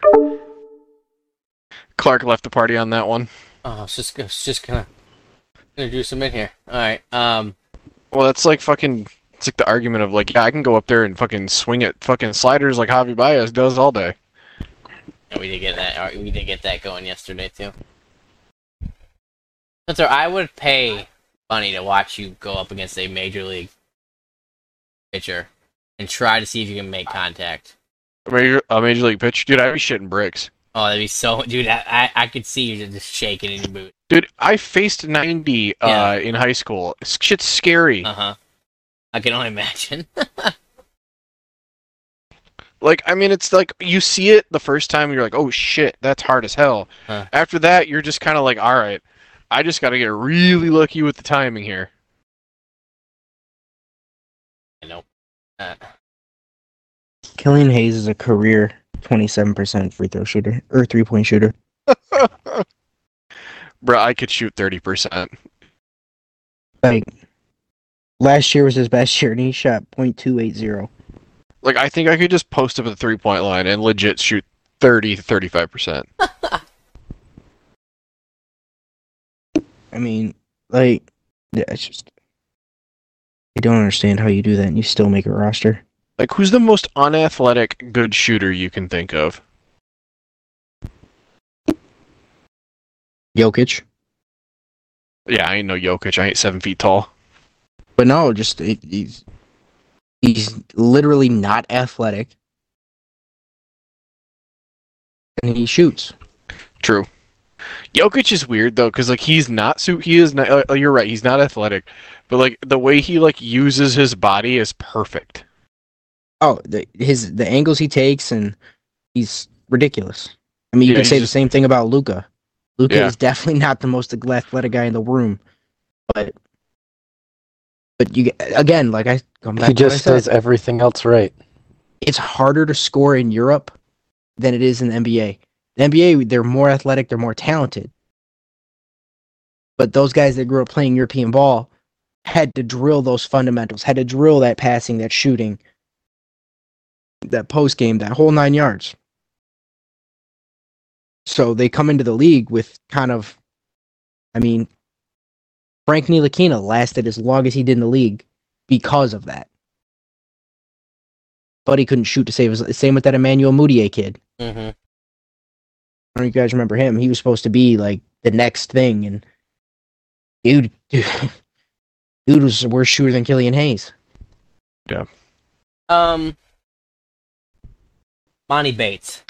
[SPEAKER 3] Clark left the party on that one.
[SPEAKER 1] Oh, it's just, it's just gonna introduce him in here. All right. Um.
[SPEAKER 3] Well, that's like fucking. It's like the argument of like, yeah, I can go up there and fucking swing at fucking sliders like Javi Baez does all day.
[SPEAKER 1] yeah, we did get that. all right, We did get that going yesterday too. Spencer, I would pay money to watch you go up against a major league pitcher and try to see if you can make contact.
[SPEAKER 3] A major, a major league pitch, dude. I'd be shitting bricks,
[SPEAKER 1] Oh, that'd be so, dude. I, I, I could see you just shaking in your boot.
[SPEAKER 3] dude. I faced ninety
[SPEAKER 1] Yeah.
[SPEAKER 3] uh, in high school. It's- Shit's scary.
[SPEAKER 1] Uh huh. I can only imagine.
[SPEAKER 3] Like, I mean, it's like you see it the first time, you're like, oh shit, that's hard as hell.
[SPEAKER 1] Huh.
[SPEAKER 3] After that, you're just kind of like, all right, I just got to get really lucky with the timing here.
[SPEAKER 1] nope. Uh,
[SPEAKER 4] Killian Hayes is a career 27% free throw shooter or three point shooter.
[SPEAKER 3] Bro, I could shoot 30%.
[SPEAKER 4] Like last year was his best year, and he shot .280.
[SPEAKER 3] Like, I think I could just post up at the three point line and legit shoot 30 to 35%.
[SPEAKER 4] I mean, like, yeah, it's just I don't understand how you do that, and you still make a roster.
[SPEAKER 3] Like, who's the most unathletic good shooter you can think of?
[SPEAKER 4] Jokic,
[SPEAKER 3] Yeah, I ain't no Jokic. I ain't seven feet tall.
[SPEAKER 4] but no, just it, he's he's literally not athletic, and he shoots.
[SPEAKER 3] True. Jokic is weird though, because like he's not su He is not. Uh, you're right. He's not athletic, but like the way he like uses his body is perfect.
[SPEAKER 4] Oh, the, his the angles he takes, and he's ridiculous. I mean, you
[SPEAKER 3] Yeah,
[SPEAKER 4] could
[SPEAKER 3] he's
[SPEAKER 4] say the
[SPEAKER 3] just-
[SPEAKER 4] same thing about Luca. Luca
[SPEAKER 3] Yeah.
[SPEAKER 4] is definitely not the most athletic guy in the room, but but you get- again, like I come back,
[SPEAKER 5] He
[SPEAKER 4] to what I
[SPEAKER 5] just
[SPEAKER 4] said,
[SPEAKER 5] does everything else right.
[SPEAKER 4] it's harder to score in Europe than it is in the NBA. The NBA, they're more athletic, they're more talented, but those guys that grew up playing European ball had to drill those fundamentals, had to drill that passing, that shooting, that post game, that whole nine yards. So they come into the league with kind of, I mean, Frank Ntilikina lasted as long as he did in the league because of that. But he couldn't shoot to save his. Same with that Emmanuel Mudiay kid.
[SPEAKER 1] hmm
[SPEAKER 4] I don't know if you guys remember him. He was supposed to be like the next thing, and dude, dude, dude was a worse shooter than Killian Hayes.
[SPEAKER 1] Um, Monty Bates,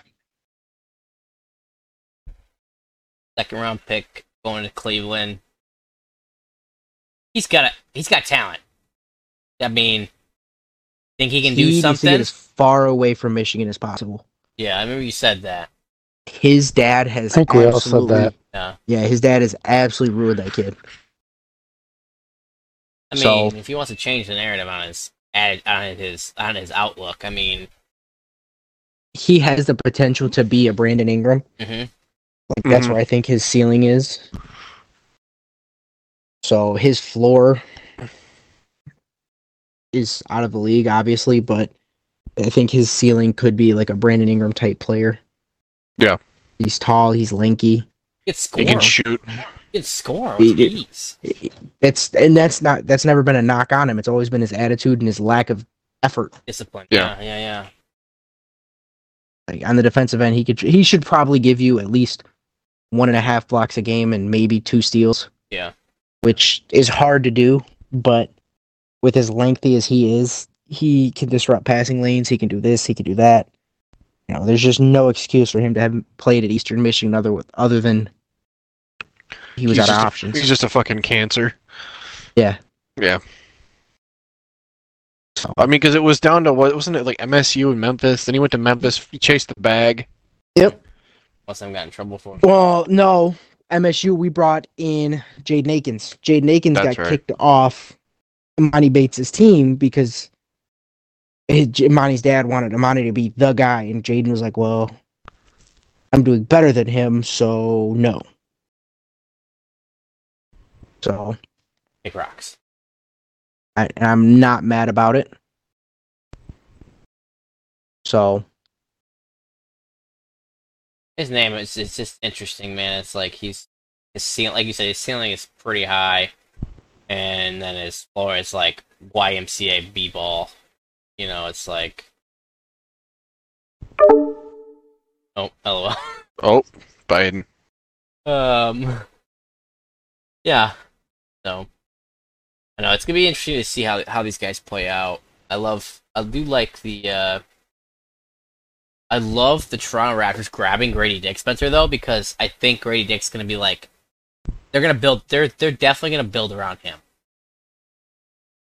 [SPEAKER 1] second round pick, going to Cleveland. He's got a he's got talent. I mean, think he can
[SPEAKER 4] he
[SPEAKER 1] do
[SPEAKER 4] needs to
[SPEAKER 1] something?
[SPEAKER 4] get as far away from Michigan as possible.
[SPEAKER 1] Yeah, I remember you said that.
[SPEAKER 4] His dad has.
[SPEAKER 5] I think we all said
[SPEAKER 4] absolutely-
[SPEAKER 5] that.
[SPEAKER 1] Yeah.
[SPEAKER 4] Yeah, his dad has absolutely ruined that kid.
[SPEAKER 1] I mean,
[SPEAKER 4] So-
[SPEAKER 1] if he wants to change the narrative on his ad- on his on his outlook, I mean,
[SPEAKER 4] He has the potential to be a Brandon Ingram.
[SPEAKER 1] mhm.
[SPEAKER 4] Like that's
[SPEAKER 3] Mhm.
[SPEAKER 4] where I think his ceiling is. So his floor is out of the league, obviously, but I think his ceiling could be like a Brandon Ingram type player.
[SPEAKER 3] Yeah.
[SPEAKER 4] He's tall, he's lanky.
[SPEAKER 1] he could score.
[SPEAKER 3] He can shoot.
[SPEAKER 1] He could score.
[SPEAKER 4] He did.
[SPEAKER 1] Jeez.
[SPEAKER 4] That's and that's not that's never been a knock on him. It's always been his attitude and his lack of effort.
[SPEAKER 1] discipline.
[SPEAKER 3] Yeah.
[SPEAKER 1] yeah, yeah, yeah.
[SPEAKER 4] Like on the defensive end, he could he should probably give you at least one and a half blocks a game and maybe two steals.
[SPEAKER 1] Yeah.
[SPEAKER 4] Which is hard to do, but with as lengthy as he is, he can disrupt passing lanes, he can do this, he can do that. You know, there's just no excuse for him to have played at Eastern Michigan other other than he was
[SPEAKER 3] He's
[SPEAKER 4] out of
[SPEAKER 3] just a-
[SPEAKER 4] options.
[SPEAKER 3] He's just a fucking cancer.
[SPEAKER 4] Yeah.
[SPEAKER 3] Yeah. I mean, because it was down to what wasn't it like MSU and Memphis? Then he went to Memphis. He chased the bag.
[SPEAKER 1] Plus, I've gotten in trouble for.
[SPEAKER 4] Well, no. MSU, we brought in Jaden Akins. Jaden Akins
[SPEAKER 3] That's
[SPEAKER 4] got
[SPEAKER 3] right.
[SPEAKER 4] kicked off Imani Bates' team because his, Imani's dad wanted Imani to be the guy, and Jaden was like, well, I'm doing better than him, so no. So
[SPEAKER 1] Big rocks.
[SPEAKER 4] I, and I'm not mad about it. So
[SPEAKER 1] His name is it's just interesting, man. It's like he's his ceiling, like you said, his ceiling is pretty high, and then his floor is like YMCA b ball. You know, it's like. Oh, lol.
[SPEAKER 3] Oh, Biden.
[SPEAKER 1] Um, yeah. So, I know it's gonna be interesting to see how how these guys play out. I love, I do like the, uh, I love the Toronto Raptors grabbing Grady Dick Spencer though because I think Grady Dick's gonna be like, they're gonna build, they're they're definitely gonna build around him,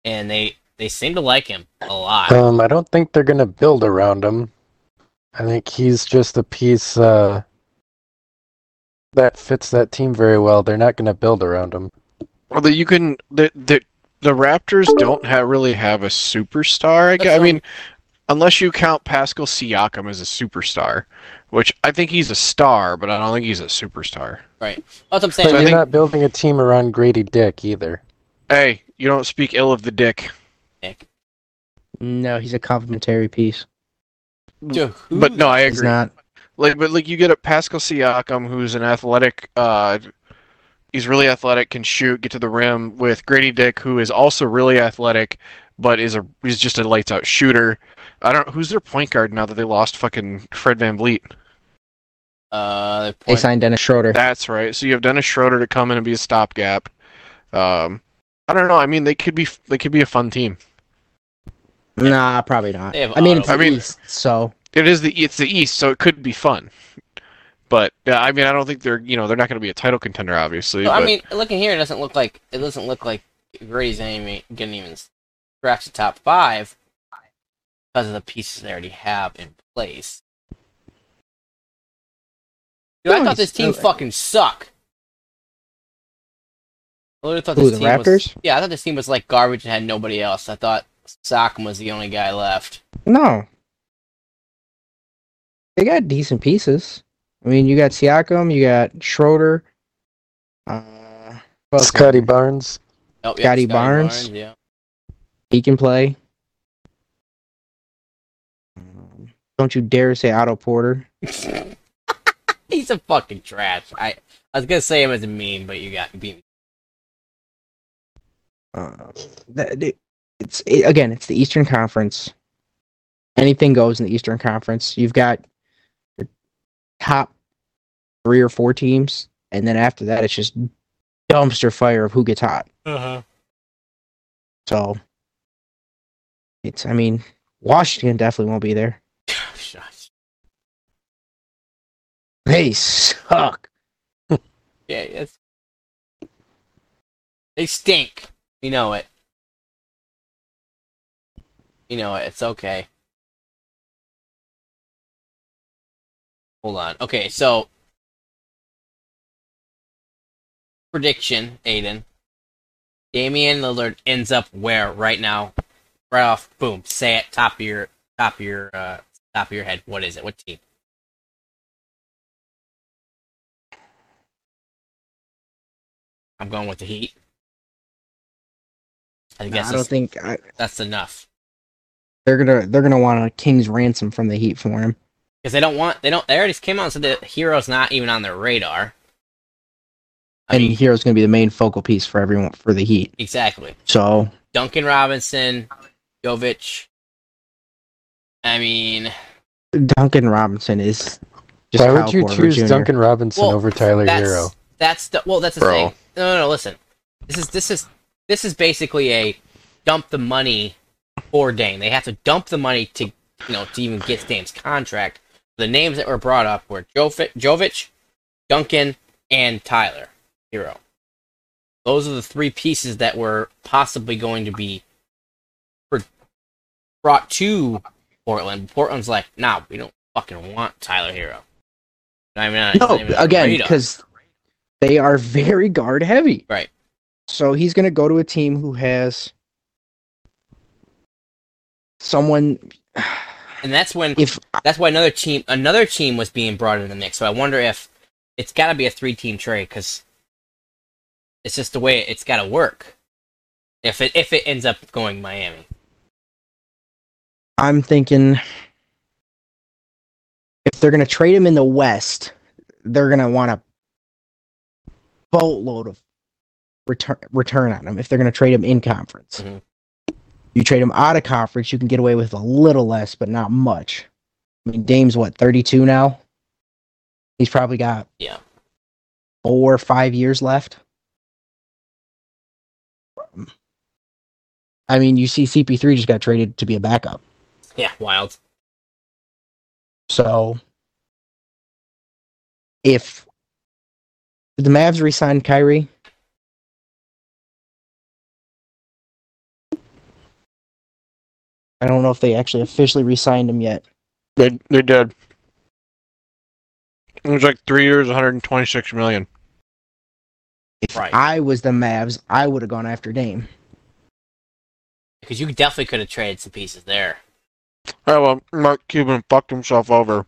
[SPEAKER 1] and they they seem to like him a lot.
[SPEAKER 5] Um, I don't think they're gonna build around him. I think he's just a piece uh, that fits that team very well. They're not gonna build around him.
[SPEAKER 3] Although you can, the the the Raptors don't have really have a superstar. I, gu- I
[SPEAKER 1] That's
[SPEAKER 3] mean, unless you count Pascal Siakam as a superstar, which I think he's a star, but I don't think he's a superstar.
[SPEAKER 1] That's what I'm
[SPEAKER 5] But
[SPEAKER 1] saying.
[SPEAKER 3] So I
[SPEAKER 5] you're
[SPEAKER 3] think-
[SPEAKER 5] not building a team around Grady Dick either.
[SPEAKER 3] Hey, you don't speak ill of the dick.
[SPEAKER 4] No, he's a complimentary piece.
[SPEAKER 1] To who-
[SPEAKER 3] But no, I
[SPEAKER 4] He's
[SPEAKER 3] agree.
[SPEAKER 4] not.
[SPEAKER 3] Like, but like you get a Pascal Siakam, who's an athletic, uh, he's really athletic, can shoot, get to the rim. With Grady Dick, who is also really athletic, but is a he's just a lights out shooter. I don't who's their point guard now that they lost fucking Fred Van Vliet.
[SPEAKER 1] uh, their
[SPEAKER 4] They
[SPEAKER 1] point-
[SPEAKER 4] signed Dennis Schroeder.
[SPEAKER 3] That's right. So you have Dennis Schroeder to come in and be a stopgap. Um, I don't know. I mean, they could be they could be a fun team.
[SPEAKER 4] Nah, probably not.
[SPEAKER 1] They have
[SPEAKER 4] I mean, it's
[SPEAKER 3] Otto.
[SPEAKER 4] the
[SPEAKER 3] I mean-
[SPEAKER 4] East, so
[SPEAKER 3] It is the it's the East, so it could be fun. But yeah, I mean, I don't think they're you know they're not going to be a title contender, obviously.
[SPEAKER 1] No, I
[SPEAKER 3] but-
[SPEAKER 1] mean, looking here, it doesn't look like it doesn't look like Grady's even getting even scratch the top five because of the pieces they already have in place. Dude, I
[SPEAKER 4] No,
[SPEAKER 1] thought this
[SPEAKER 4] he's
[SPEAKER 1] team
[SPEAKER 4] still-
[SPEAKER 1] fucking suck. I literally thought
[SPEAKER 4] Who,
[SPEAKER 1] this
[SPEAKER 4] the
[SPEAKER 1] team was,
[SPEAKER 4] Raptors?
[SPEAKER 1] yeah, I thought this team was like garbage and had nobody else. I thought Siakam was the only guy left.
[SPEAKER 4] no. They got decent pieces. I mean, you got Siakam, you got Schroeder, uh, who else?
[SPEAKER 5] Scotty Barnes.
[SPEAKER 1] Oh, yeah,
[SPEAKER 4] Scotty Barnes?
[SPEAKER 1] yeah.
[SPEAKER 4] He can play. Um, Don't you dare say Otto Porter.
[SPEAKER 1] He's a fucking trash. I I was gonna say him as a meme, but you got you beat me.
[SPEAKER 4] Uh, that, it- it's it, again, it's the Eastern Conference. Anything goes in the Eastern Conference. You've got your top three or four teams, and then after that, it's just dumpster fire of who gets hot. So it's, I mean, Washington definitely won't be there.
[SPEAKER 1] Shush.
[SPEAKER 4] They suck.
[SPEAKER 1] Yeah, it's they stink. We know it. You know it. It's okay. Hold on. Okay, so prediction, Aiden. Damian Lillard ends up where right now? Right off, boom. Say it. Top of your, top of your, uh, top of your head. What is it? What team? I'm going with the Heat. I
[SPEAKER 4] I,
[SPEAKER 1] guess that's-
[SPEAKER 4] don't think I,
[SPEAKER 1] that's enough
[SPEAKER 4] they're gonna they're gonna want a king's ransom from the Heat for him.
[SPEAKER 1] because they don't want they don't they already came out and said that hero's not even on their radar. I
[SPEAKER 4] and
[SPEAKER 1] mean,
[SPEAKER 4] Hero's gonna be the main focal piece for everyone for the Heat.
[SPEAKER 1] exactly.
[SPEAKER 4] So
[SPEAKER 1] Duncan Robinson, Jovic. I mean,
[SPEAKER 4] Duncan Robinson is just
[SPEAKER 5] Why
[SPEAKER 4] Kyle
[SPEAKER 5] would you
[SPEAKER 4] Korver
[SPEAKER 5] choose
[SPEAKER 4] Jr..
[SPEAKER 5] Duncan Robinson
[SPEAKER 1] Well,
[SPEAKER 5] over Tyler
[SPEAKER 1] that's
[SPEAKER 5] Hero?
[SPEAKER 1] that's the well, that's the
[SPEAKER 3] Bro.
[SPEAKER 1] thing. No, no, no, listen. This is this is this is basically a dump the money for Dame. They have to dump the money to you know to even get Dame's contract. The names that were brought up were Jovic, Jovic Duncan, and Tyler Hero. Those are the three pieces that were possibly going to be pr- brought to Portland. Portland's like, nah, we don't fucking want Tyler Hero. I mean, he's not
[SPEAKER 4] No,
[SPEAKER 1] even on the
[SPEAKER 4] again,
[SPEAKER 1] radar.
[SPEAKER 4] because they are very guard heavy.
[SPEAKER 1] Right.
[SPEAKER 4] So he's going to go to a team who has someone.
[SPEAKER 1] and that's when
[SPEAKER 4] If
[SPEAKER 1] that's why another team another team was being brought in the mix. So I wonder if it's got to be a three team trade because it's just the way it's got to work. If it if it ends up going Miami,
[SPEAKER 4] I'm thinking, if they're going to trade him in the West, they're going to want a boatload of return return on him. If they're going to trade him in conference,
[SPEAKER 1] Mhm.
[SPEAKER 4] you trade him out of conference, you can get away with a little less, but not much. I mean, Dame's what 32 now. He's probably got
[SPEAKER 1] Yeah.
[SPEAKER 4] four or five years left. I mean, you see, CP3 just got traded to be a backup.
[SPEAKER 1] yeah, wild.
[SPEAKER 4] So if the Mavs resign Kyrie, I don't know if they actually officially re-signed him yet.
[SPEAKER 3] They they did. It was like three years, 126 million.
[SPEAKER 4] If
[SPEAKER 1] Right.
[SPEAKER 4] I was the Mavs, I would have gone after Dame.
[SPEAKER 1] Because you definitely could have traded some pieces there.
[SPEAKER 3] Oh, well, Mark Cuban fucked himself over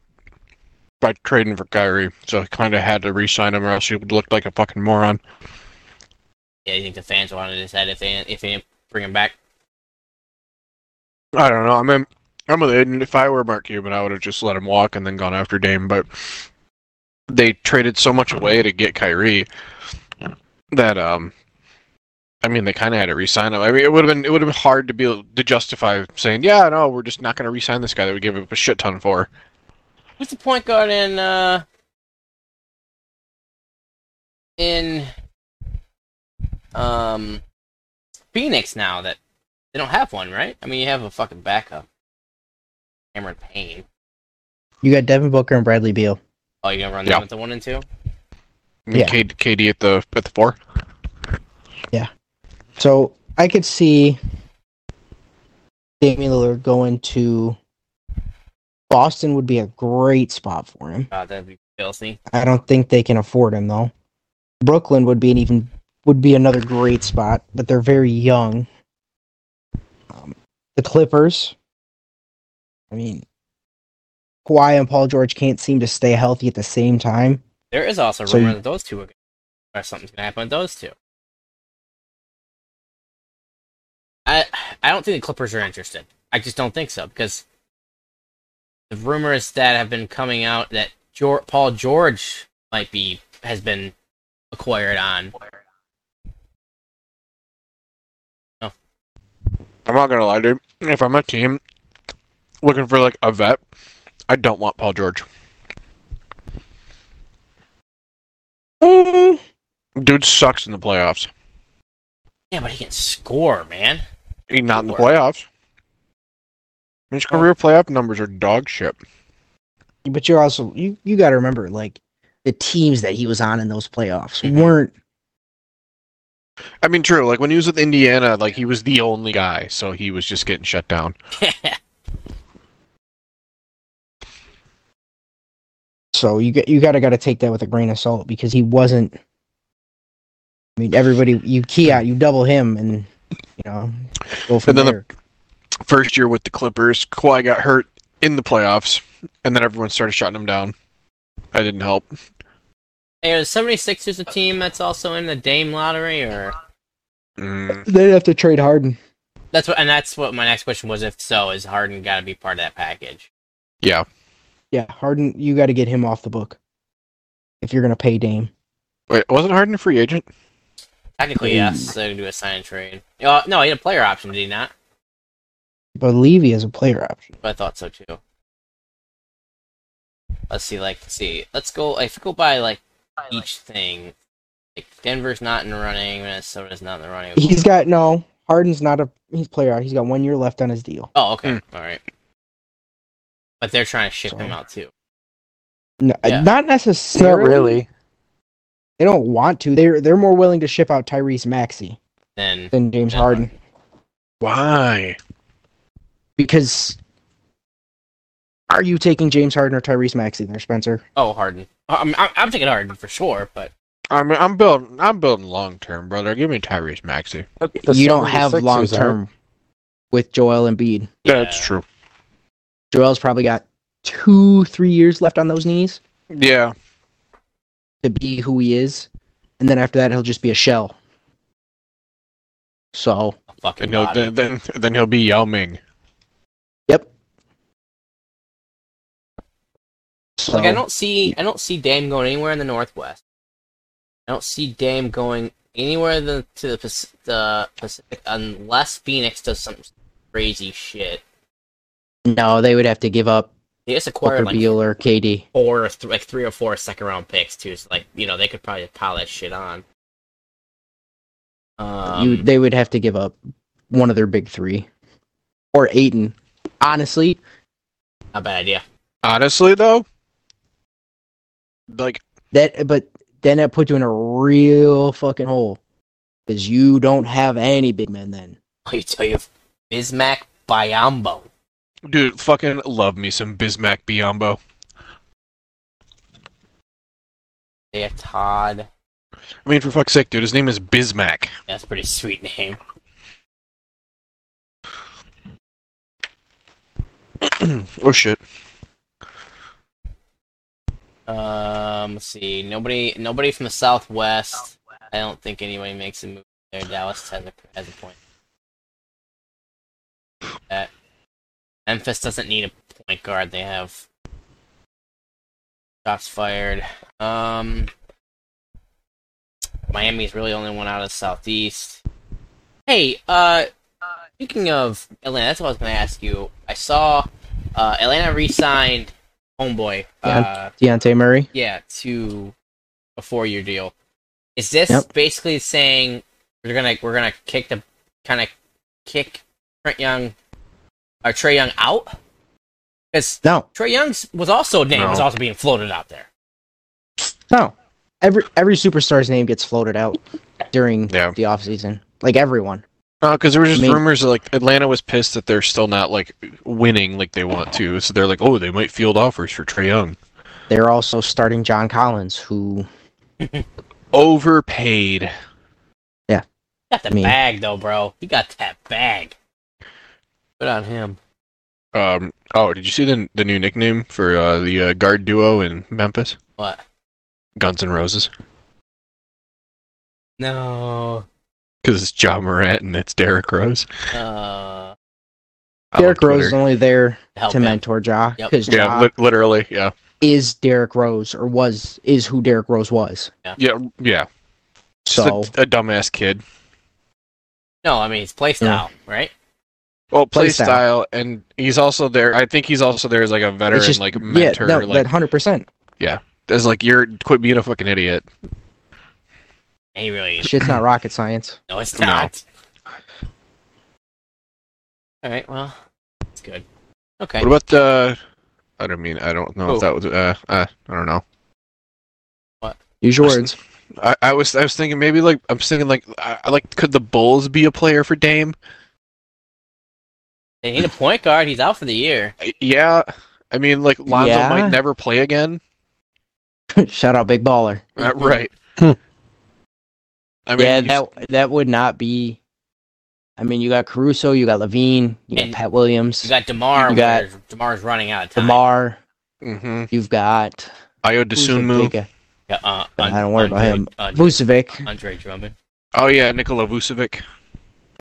[SPEAKER 3] by trading for Kyrie, so he kind of had to re-sign him, or else he would look like a fucking moron.
[SPEAKER 1] Yeah, you think the fans wanted to decide if they if they bring him back?
[SPEAKER 3] I don't know. I mean, I'm with Aiden. If I were Mark Cuban, I would have just let him walk and then gone after Dame. But they traded so much away to get Kyrie that, um, I mean, they kind of had to re-sign him. I mean, it would have been it would have been hard to be to justify saying, yeah, no, we're just not going to re-sign this guy that we gave up a shit ton for.
[SPEAKER 1] Who's the point guard in uh in um Phoenix now that they don't have one, right? I mean, you have a fucking backup, Cameron Payne.
[SPEAKER 4] You got Devin Booker and Bradley Beal.
[SPEAKER 1] Oh, you gonna run
[SPEAKER 3] Yeah.
[SPEAKER 1] them with the one and two?
[SPEAKER 3] I mean,
[SPEAKER 4] Yeah.
[SPEAKER 3] K- KD at the at the four.
[SPEAKER 4] So I could see Damian Lillard going to Boston would be a great spot for him.
[SPEAKER 1] God, that'd be filthy.
[SPEAKER 4] I don't think they can afford him though. Brooklyn would be an even would be another great spot, but they're very young. Um, the Clippers. I mean, Kawhi and Paul George can't seem to stay healthy at the same time.
[SPEAKER 1] There is also
[SPEAKER 4] So
[SPEAKER 1] rumor
[SPEAKER 4] you-
[SPEAKER 1] that those two are gonna, or something's gonna happen with those two. I I don't think the Clippers are interested. I just don't think so because the rumors that have been coming out that Geor Paul George might be has been acquired on.
[SPEAKER 3] I'm not gonna lie, dude. If I'm a team looking for like a vet, I don't want Paul George.
[SPEAKER 4] Mm,
[SPEAKER 3] Dude sucks in the playoffs.
[SPEAKER 1] Yeah, but he can score, man.
[SPEAKER 3] He's not in the
[SPEAKER 1] Sure.
[SPEAKER 3] playoffs. His career playoff numbers are dog shit.
[SPEAKER 4] But you're also you you got to remember like the teams that he was on in those playoffs weren't
[SPEAKER 3] I mean, true. Like when he was with Indiana, like he was the only guy, so he was just getting shut down.
[SPEAKER 4] So you get you gotta gotta take that with a grain of salt because he wasn't. I mean, everybody you key out, you double him, and you know go from
[SPEAKER 3] And then the-
[SPEAKER 4] there.
[SPEAKER 3] First year with the Clippers, Kawhi got hurt in the playoffs, and then everyone started shutting him down. I didn't help.
[SPEAKER 1] Hey, Are the 76ers a team that's also in the Dame lottery, or
[SPEAKER 3] Mm.
[SPEAKER 4] They'd have to trade Harden.
[SPEAKER 1] that's what? And that's what my next question was. If so, is Harden got to be part of that package?
[SPEAKER 3] Yeah,
[SPEAKER 4] Yeah, Harden, you got to get him off the book if you're gonna pay Dame.
[SPEAKER 3] wait, wasn't Harden a free agent?
[SPEAKER 1] Technically, yes. They can do a sign and trade. Uh, no, he had a player option, did he not?
[SPEAKER 4] But Levy is a player option.
[SPEAKER 1] But I thought so too. Let's see. Like, let's see. Let's go. If we go by like each thing, like Denver's not in the running. Minnesota's not in the running.
[SPEAKER 4] He's got no. Harden's not a he's player out. He's got one year left on his deal.
[SPEAKER 1] Oh, okay. All right. But they're trying to ship him
[SPEAKER 4] So-
[SPEAKER 1] out too.
[SPEAKER 4] No,
[SPEAKER 1] Yeah.
[SPEAKER 4] Not
[SPEAKER 5] It's not
[SPEAKER 4] necessarily.
[SPEAKER 5] really.
[SPEAKER 4] They don't want to. They're they're more willing to ship out Tyrese Maxey
[SPEAKER 1] Then
[SPEAKER 4] than James
[SPEAKER 1] Yeah.
[SPEAKER 4] Harden.
[SPEAKER 3] Why?
[SPEAKER 4] because are you taking James Harden or Tyrese Maxey there, Spencer?
[SPEAKER 1] oh, Harden. I'm I'm, I'm taking Harden for sure, but.
[SPEAKER 3] I mean, I'm building. I'm building long term, brother. Give me Tyrese Maxey.
[SPEAKER 5] But the
[SPEAKER 4] you don't have
[SPEAKER 5] 76ers
[SPEAKER 4] long
[SPEAKER 5] aren't.
[SPEAKER 4] term with Joel Embiid.
[SPEAKER 3] That's
[SPEAKER 1] Yeah.
[SPEAKER 3] true.
[SPEAKER 4] Joel's probably got two, three years left on those knees
[SPEAKER 3] Yeah,
[SPEAKER 4] to be who he is, and then after that he'll just be a shell. So,
[SPEAKER 1] a oh, fucking
[SPEAKER 3] and he'll,
[SPEAKER 1] body.
[SPEAKER 3] then, then then he'll be Yao Ming.
[SPEAKER 4] yep. So
[SPEAKER 1] like I don't see I don't see Dame going anywhere in the Northwest. I don't see Dame going anywhere the, to the, Pac- the Pacific unless Phoenix does some crazy shit.
[SPEAKER 4] no, they would have to give up
[SPEAKER 1] They just acquired
[SPEAKER 4] Booker
[SPEAKER 1] like
[SPEAKER 4] Beal or KD.
[SPEAKER 1] four or th- like three or four second round picks too. So like you know they could probably pile that shit on. Um,
[SPEAKER 4] you they would have to give up one of their big three or Aiton. Honestly,
[SPEAKER 1] not a bad idea.
[SPEAKER 3] Honestly, though, like
[SPEAKER 4] That, but then that puts you in a real fucking hole because you don't have any big men then.
[SPEAKER 1] Let me tell you, Bismack Biombo.
[SPEAKER 3] Dude, fucking love me some Bismack Biombo.
[SPEAKER 1] They have Todd.
[SPEAKER 3] I mean, for fuck's sake, dude, his name is Bismack.
[SPEAKER 1] That's a pretty sweet name.
[SPEAKER 3] oh shit.
[SPEAKER 1] Um, let's see. Nobody, nobody from the Southwest. I don't think anybody makes a move there. Dallas has a has a point. That Memphis doesn't need a point guard. They have shots fired. Um, Miami's really the only one out of the Southeast. Hey, uh, speaking of Atlanta, that's what I was going to ask you. I saw uh, Atlanta re-signed Homeboy.
[SPEAKER 4] Yeah.
[SPEAKER 1] Uh,
[SPEAKER 4] Deontay Murray.
[SPEAKER 1] yeah, to a four-year deal. Is this
[SPEAKER 4] Yep.
[SPEAKER 1] basically saying we're gonna we're gonna kick the kind of kick Trent Young or Trey Young out? Because
[SPEAKER 4] No,
[SPEAKER 1] Trey Young's was also a name was
[SPEAKER 3] No.
[SPEAKER 1] also being floated out there.
[SPEAKER 4] no. Every every superstar's name gets floated out during
[SPEAKER 3] Yeah.
[SPEAKER 4] the offseason. Like everyone.
[SPEAKER 3] No, because there were just
[SPEAKER 4] I mean-
[SPEAKER 3] rumors that like Atlanta was pissed that they're still not like winning like they want to, so they're like, oh, they might field offers for Trey Young.
[SPEAKER 4] They're also starting John Collins, who
[SPEAKER 3] Overpaid.
[SPEAKER 1] Got the
[SPEAKER 4] Me.
[SPEAKER 1] bag though, bro. He got that bag. Good on him.
[SPEAKER 3] Um. Oh, did you see the the new nickname for uh, the uh, guard duo in Memphis?
[SPEAKER 1] What?
[SPEAKER 3] Guns N' Roses,
[SPEAKER 1] No.
[SPEAKER 3] because it's John Morant and it's Derrick Rose.
[SPEAKER 1] Uh.
[SPEAKER 3] I'm on
[SPEAKER 4] Derrick Rose is
[SPEAKER 3] Twitter.
[SPEAKER 4] only there
[SPEAKER 1] Help
[SPEAKER 4] to
[SPEAKER 1] him.
[SPEAKER 4] mentor Ja
[SPEAKER 1] Yep.
[SPEAKER 4] because
[SPEAKER 3] Yeah,
[SPEAKER 4] Ja
[SPEAKER 3] li- literally. Yeah.
[SPEAKER 4] is Derrick Rose or was is who Derrick Rose was.
[SPEAKER 3] Yeah. Yeah. Just
[SPEAKER 4] So
[SPEAKER 3] a, a dumbass kid.
[SPEAKER 1] No, I mean it's play style, right?
[SPEAKER 3] Well, play,
[SPEAKER 4] Play
[SPEAKER 3] style.
[SPEAKER 4] style.
[SPEAKER 3] and he's also there. I think he's also there as like a veteran,
[SPEAKER 4] it's just
[SPEAKER 3] like mentor,
[SPEAKER 4] yeah, no,
[SPEAKER 3] like
[SPEAKER 4] that hundred percent.
[SPEAKER 3] as like you're quit being a fucking idiot.
[SPEAKER 1] And he really
[SPEAKER 4] Shit's not rocket science.
[SPEAKER 1] No, it's
[SPEAKER 3] No.
[SPEAKER 1] not. All right. Well, it's good. Okay.
[SPEAKER 3] What about the? I don't mean I don't know
[SPEAKER 1] Oh.
[SPEAKER 3] if that was uh, uh I don't know.
[SPEAKER 4] Use your words.
[SPEAKER 3] I, I was I was thinking maybe like I'm thinking like I, I like could the Bulls be a player for Dame?
[SPEAKER 1] They need a point guard. He's out for the year.
[SPEAKER 3] I- Yeah, I mean like Lonzo
[SPEAKER 4] Yeah.
[SPEAKER 3] might never play again.
[SPEAKER 4] Shout out Big Baller.
[SPEAKER 3] Uh, right.
[SPEAKER 5] Hmm.
[SPEAKER 3] I mean,
[SPEAKER 4] yeah,
[SPEAKER 3] you-
[SPEAKER 4] that that would not be. I mean, you got Caruso, you got Levine, you got
[SPEAKER 1] And
[SPEAKER 4] Pat Williams,
[SPEAKER 1] You got Demar.
[SPEAKER 4] You
[SPEAKER 1] where Demar's running out of time.
[SPEAKER 4] Demar.
[SPEAKER 1] Mm-hmm.
[SPEAKER 3] mhm.
[SPEAKER 4] You've got.
[SPEAKER 3] Io
[SPEAKER 4] who's the
[SPEAKER 3] Desunmu.
[SPEAKER 4] big guy?
[SPEAKER 1] Yeah, uh,
[SPEAKER 4] I don't worry about
[SPEAKER 1] Andre-
[SPEAKER 4] him.
[SPEAKER 1] Andre,
[SPEAKER 4] Vucevic.
[SPEAKER 1] Andre Drummond,
[SPEAKER 3] Oh yeah, Nikola Vucevic.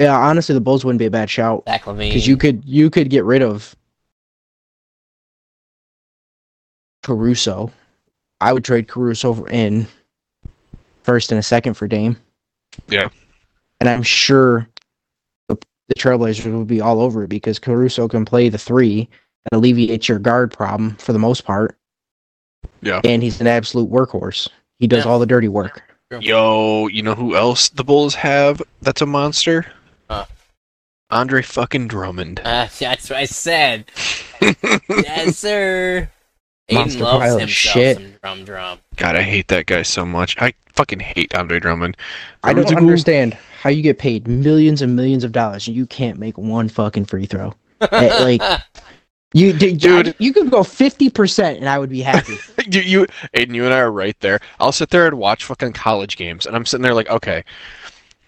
[SPEAKER 4] Yeah, honestly, the Bulls wouldn't be a bad shout
[SPEAKER 1] Zach Levine.
[SPEAKER 4] because you could you could get rid of Caruso. I would trade Caruso for- in first and a second for Dame.
[SPEAKER 3] Yeah.
[SPEAKER 4] and I'm sure the, the Trailblazers would be all over it because Caruso can play the three and alleviate your guard problem for the most part.
[SPEAKER 3] Yeah.
[SPEAKER 4] and he's an absolute workhorse. He does
[SPEAKER 1] Yeah.
[SPEAKER 4] all the dirty work.
[SPEAKER 3] Yo, you know who else the Bulls have that's a monster?
[SPEAKER 1] Huh.
[SPEAKER 3] Andre fucking Drummond.
[SPEAKER 1] Uh, that's what I said. yes, sir. Aiden
[SPEAKER 4] Monster pile
[SPEAKER 1] loves
[SPEAKER 4] of
[SPEAKER 1] himself
[SPEAKER 4] shit.
[SPEAKER 1] some drum drum.
[SPEAKER 3] God, I hate that guy so much. I fucking hate Andre Drummond.
[SPEAKER 4] I
[SPEAKER 3] Every
[SPEAKER 4] don't
[SPEAKER 3] single-
[SPEAKER 4] understand how you get paid millions and millions of dollars and you can't make one fucking free throw. Eh, like you, d-
[SPEAKER 3] Dude.
[SPEAKER 4] you could go fifty percent and I would be happy.
[SPEAKER 3] you, you, Aiden, you and I are right there. I'll sit there and watch fucking college games, and I'm sitting there like, okay,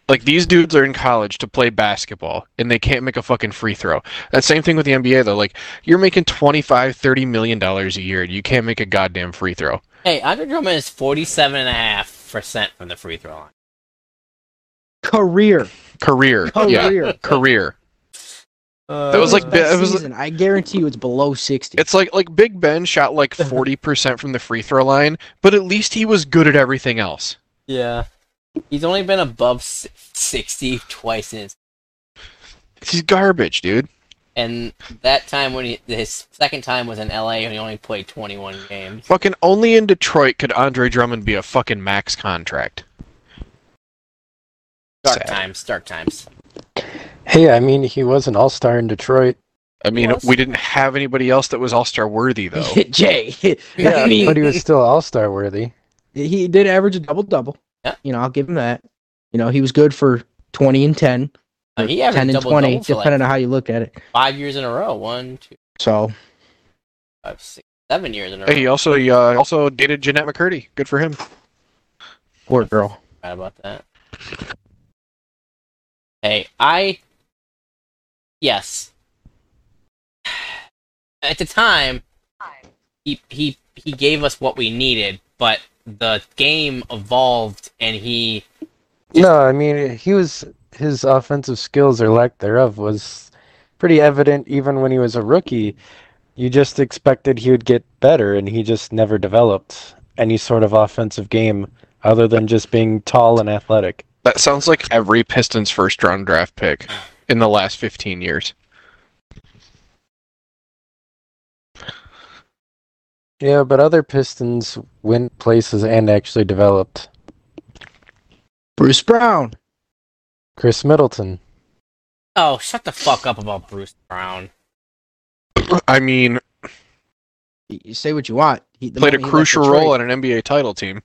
[SPEAKER 3] like these dudes are in college to play basketball, and they can't make a fucking free throw. That same thing with the NBA though. Like you're making 25, 30 million dollars a year, and you can't make a goddamn free throw.
[SPEAKER 1] hey, Andre Drummond is forty-seven and a half percent from the free throw line.
[SPEAKER 4] Career,
[SPEAKER 3] Career,
[SPEAKER 4] Oh,
[SPEAKER 3] yeah,
[SPEAKER 4] career.
[SPEAKER 3] career. That was like
[SPEAKER 4] Best
[SPEAKER 3] it was
[SPEAKER 4] season, I guarantee you, it's below sixty.
[SPEAKER 3] It's like like Big Ben shot like forty percent from the free throw line, but at least he was good at everything else.
[SPEAKER 1] Yeah. He's only been above s- 60 twice in his,
[SPEAKER 3] He's garbage, dude.
[SPEAKER 1] and that time when he, his second time was in LA and he only played 21 games.
[SPEAKER 3] Fucking only in Detroit could Andre Drummond be a fucking max contract.
[SPEAKER 1] Dark
[SPEAKER 3] Sad.
[SPEAKER 1] times, dark times.
[SPEAKER 5] Hey, I mean, he was an all star in Detroit.
[SPEAKER 3] I mean,
[SPEAKER 1] Yes.
[SPEAKER 3] we didn't have anybody else that was All Star worthy though.
[SPEAKER 4] Jay.
[SPEAKER 5] Yeah,
[SPEAKER 4] I mean,
[SPEAKER 5] but he was still all star worthy.
[SPEAKER 4] he did average a double double.
[SPEAKER 1] Yeah.
[SPEAKER 4] You know, I'll give him that. You know, he was good for twenty and ten,
[SPEAKER 1] I
[SPEAKER 4] or
[SPEAKER 1] mean, he averaged
[SPEAKER 4] ten and
[SPEAKER 1] double
[SPEAKER 4] twenty,
[SPEAKER 1] double for
[SPEAKER 4] depending
[SPEAKER 1] like
[SPEAKER 4] on how you look at it.
[SPEAKER 1] five years in a row. One, two,
[SPEAKER 4] So
[SPEAKER 1] five, six, seven years in a row.
[SPEAKER 3] Hey, he also he, uh, also dated Jeanette McCurdy. Good for him.
[SPEAKER 4] poor girl.
[SPEAKER 1] forgot about that. Hey, I. Yes. at the time, he he he gave us what we needed, but the game evolved and he
[SPEAKER 5] No, I mean he was his offensive skills or lack thereof was pretty evident even when he was a rookie. You just expected he would get better, and he just never developed any sort of offensive game other than just being tall and athletic.
[SPEAKER 3] That sounds like every Pistons first round draft pick in the last 15 years.
[SPEAKER 5] Yeah, but other Pistons went places and actually developed.
[SPEAKER 4] Bruce Brown.
[SPEAKER 5] Chris Middleton.
[SPEAKER 1] oh shut the fuck up about Bruce Brown.
[SPEAKER 3] I mean,
[SPEAKER 4] Y- You say what you want. He the
[SPEAKER 3] played a
[SPEAKER 4] moment he left
[SPEAKER 3] crucial
[SPEAKER 4] Detroit-
[SPEAKER 3] role in an NBA title team.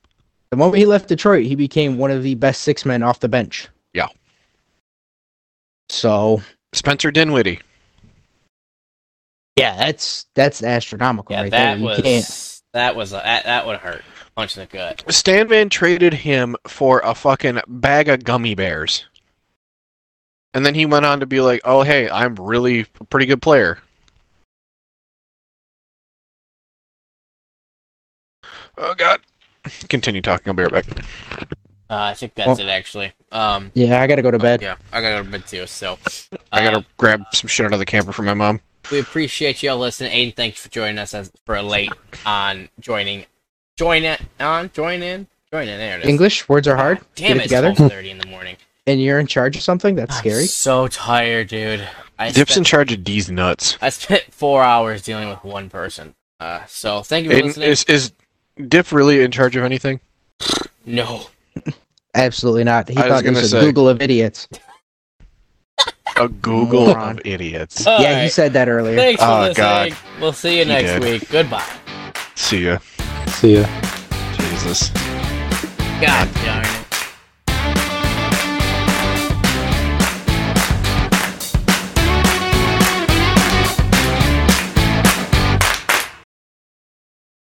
[SPEAKER 4] The moment he left Detroit, he became one of the best six men off the bench.
[SPEAKER 3] Yeah.
[SPEAKER 4] So
[SPEAKER 3] Spencer Dinwiddie.
[SPEAKER 4] yeah, that's that's astronomical
[SPEAKER 1] Yeah,
[SPEAKER 4] right there.
[SPEAKER 1] that
[SPEAKER 4] You
[SPEAKER 1] was
[SPEAKER 4] can't-
[SPEAKER 1] that was a, that, that would hurt. Punch in the gut.
[SPEAKER 3] Stanman traded him for a fucking bag of gummy bears. And then he went on to be like, oh, hey, I'm really a pretty good player. Oh, God. Continue talking. I'll be right back.
[SPEAKER 1] Uh, I think that's
[SPEAKER 4] Well-
[SPEAKER 1] it actually. Um,
[SPEAKER 4] Yeah, I gotta go to bed.
[SPEAKER 1] yeah, I gotta go to bed too. So
[SPEAKER 3] I
[SPEAKER 1] uh,
[SPEAKER 3] gotta grab some shit out of the camper for my mom.
[SPEAKER 1] We appreciate y'all listening. Aiden, thanks for joining us as, for a late on joining. Join it on join in join in. There it is.
[SPEAKER 4] English words are hard. Get
[SPEAKER 1] Damn
[SPEAKER 4] it
[SPEAKER 1] it!
[SPEAKER 4] together.
[SPEAKER 1] It's 12:30 in the morning.
[SPEAKER 4] And you're in charge of something. That's scary.
[SPEAKER 1] I'm so tired, dude. I
[SPEAKER 3] Dip's in
[SPEAKER 1] spent,
[SPEAKER 3] charge of these nuts.
[SPEAKER 1] I spent four hours dealing with one person. Uh, so thank you for
[SPEAKER 3] Aiden,
[SPEAKER 1] listening.
[SPEAKER 3] is, is Dip really in charge of anything?
[SPEAKER 1] No,
[SPEAKER 4] Absolutely not. He
[SPEAKER 3] I was
[SPEAKER 4] thought it
[SPEAKER 3] gonna
[SPEAKER 4] was a
[SPEAKER 3] say-
[SPEAKER 4] Google of idiots.
[SPEAKER 3] A Google
[SPEAKER 4] Moron.
[SPEAKER 3] of idiots.
[SPEAKER 1] All
[SPEAKER 4] yeah, he
[SPEAKER 1] right.
[SPEAKER 4] said that earlier.
[SPEAKER 1] Thanks for
[SPEAKER 3] Oh,
[SPEAKER 1] listening.
[SPEAKER 3] God.
[SPEAKER 1] We'll see you
[SPEAKER 3] He
[SPEAKER 1] next
[SPEAKER 3] did.
[SPEAKER 1] week. Goodbye.
[SPEAKER 3] See ya.
[SPEAKER 5] See ya.
[SPEAKER 3] Jesus.
[SPEAKER 1] God darn it.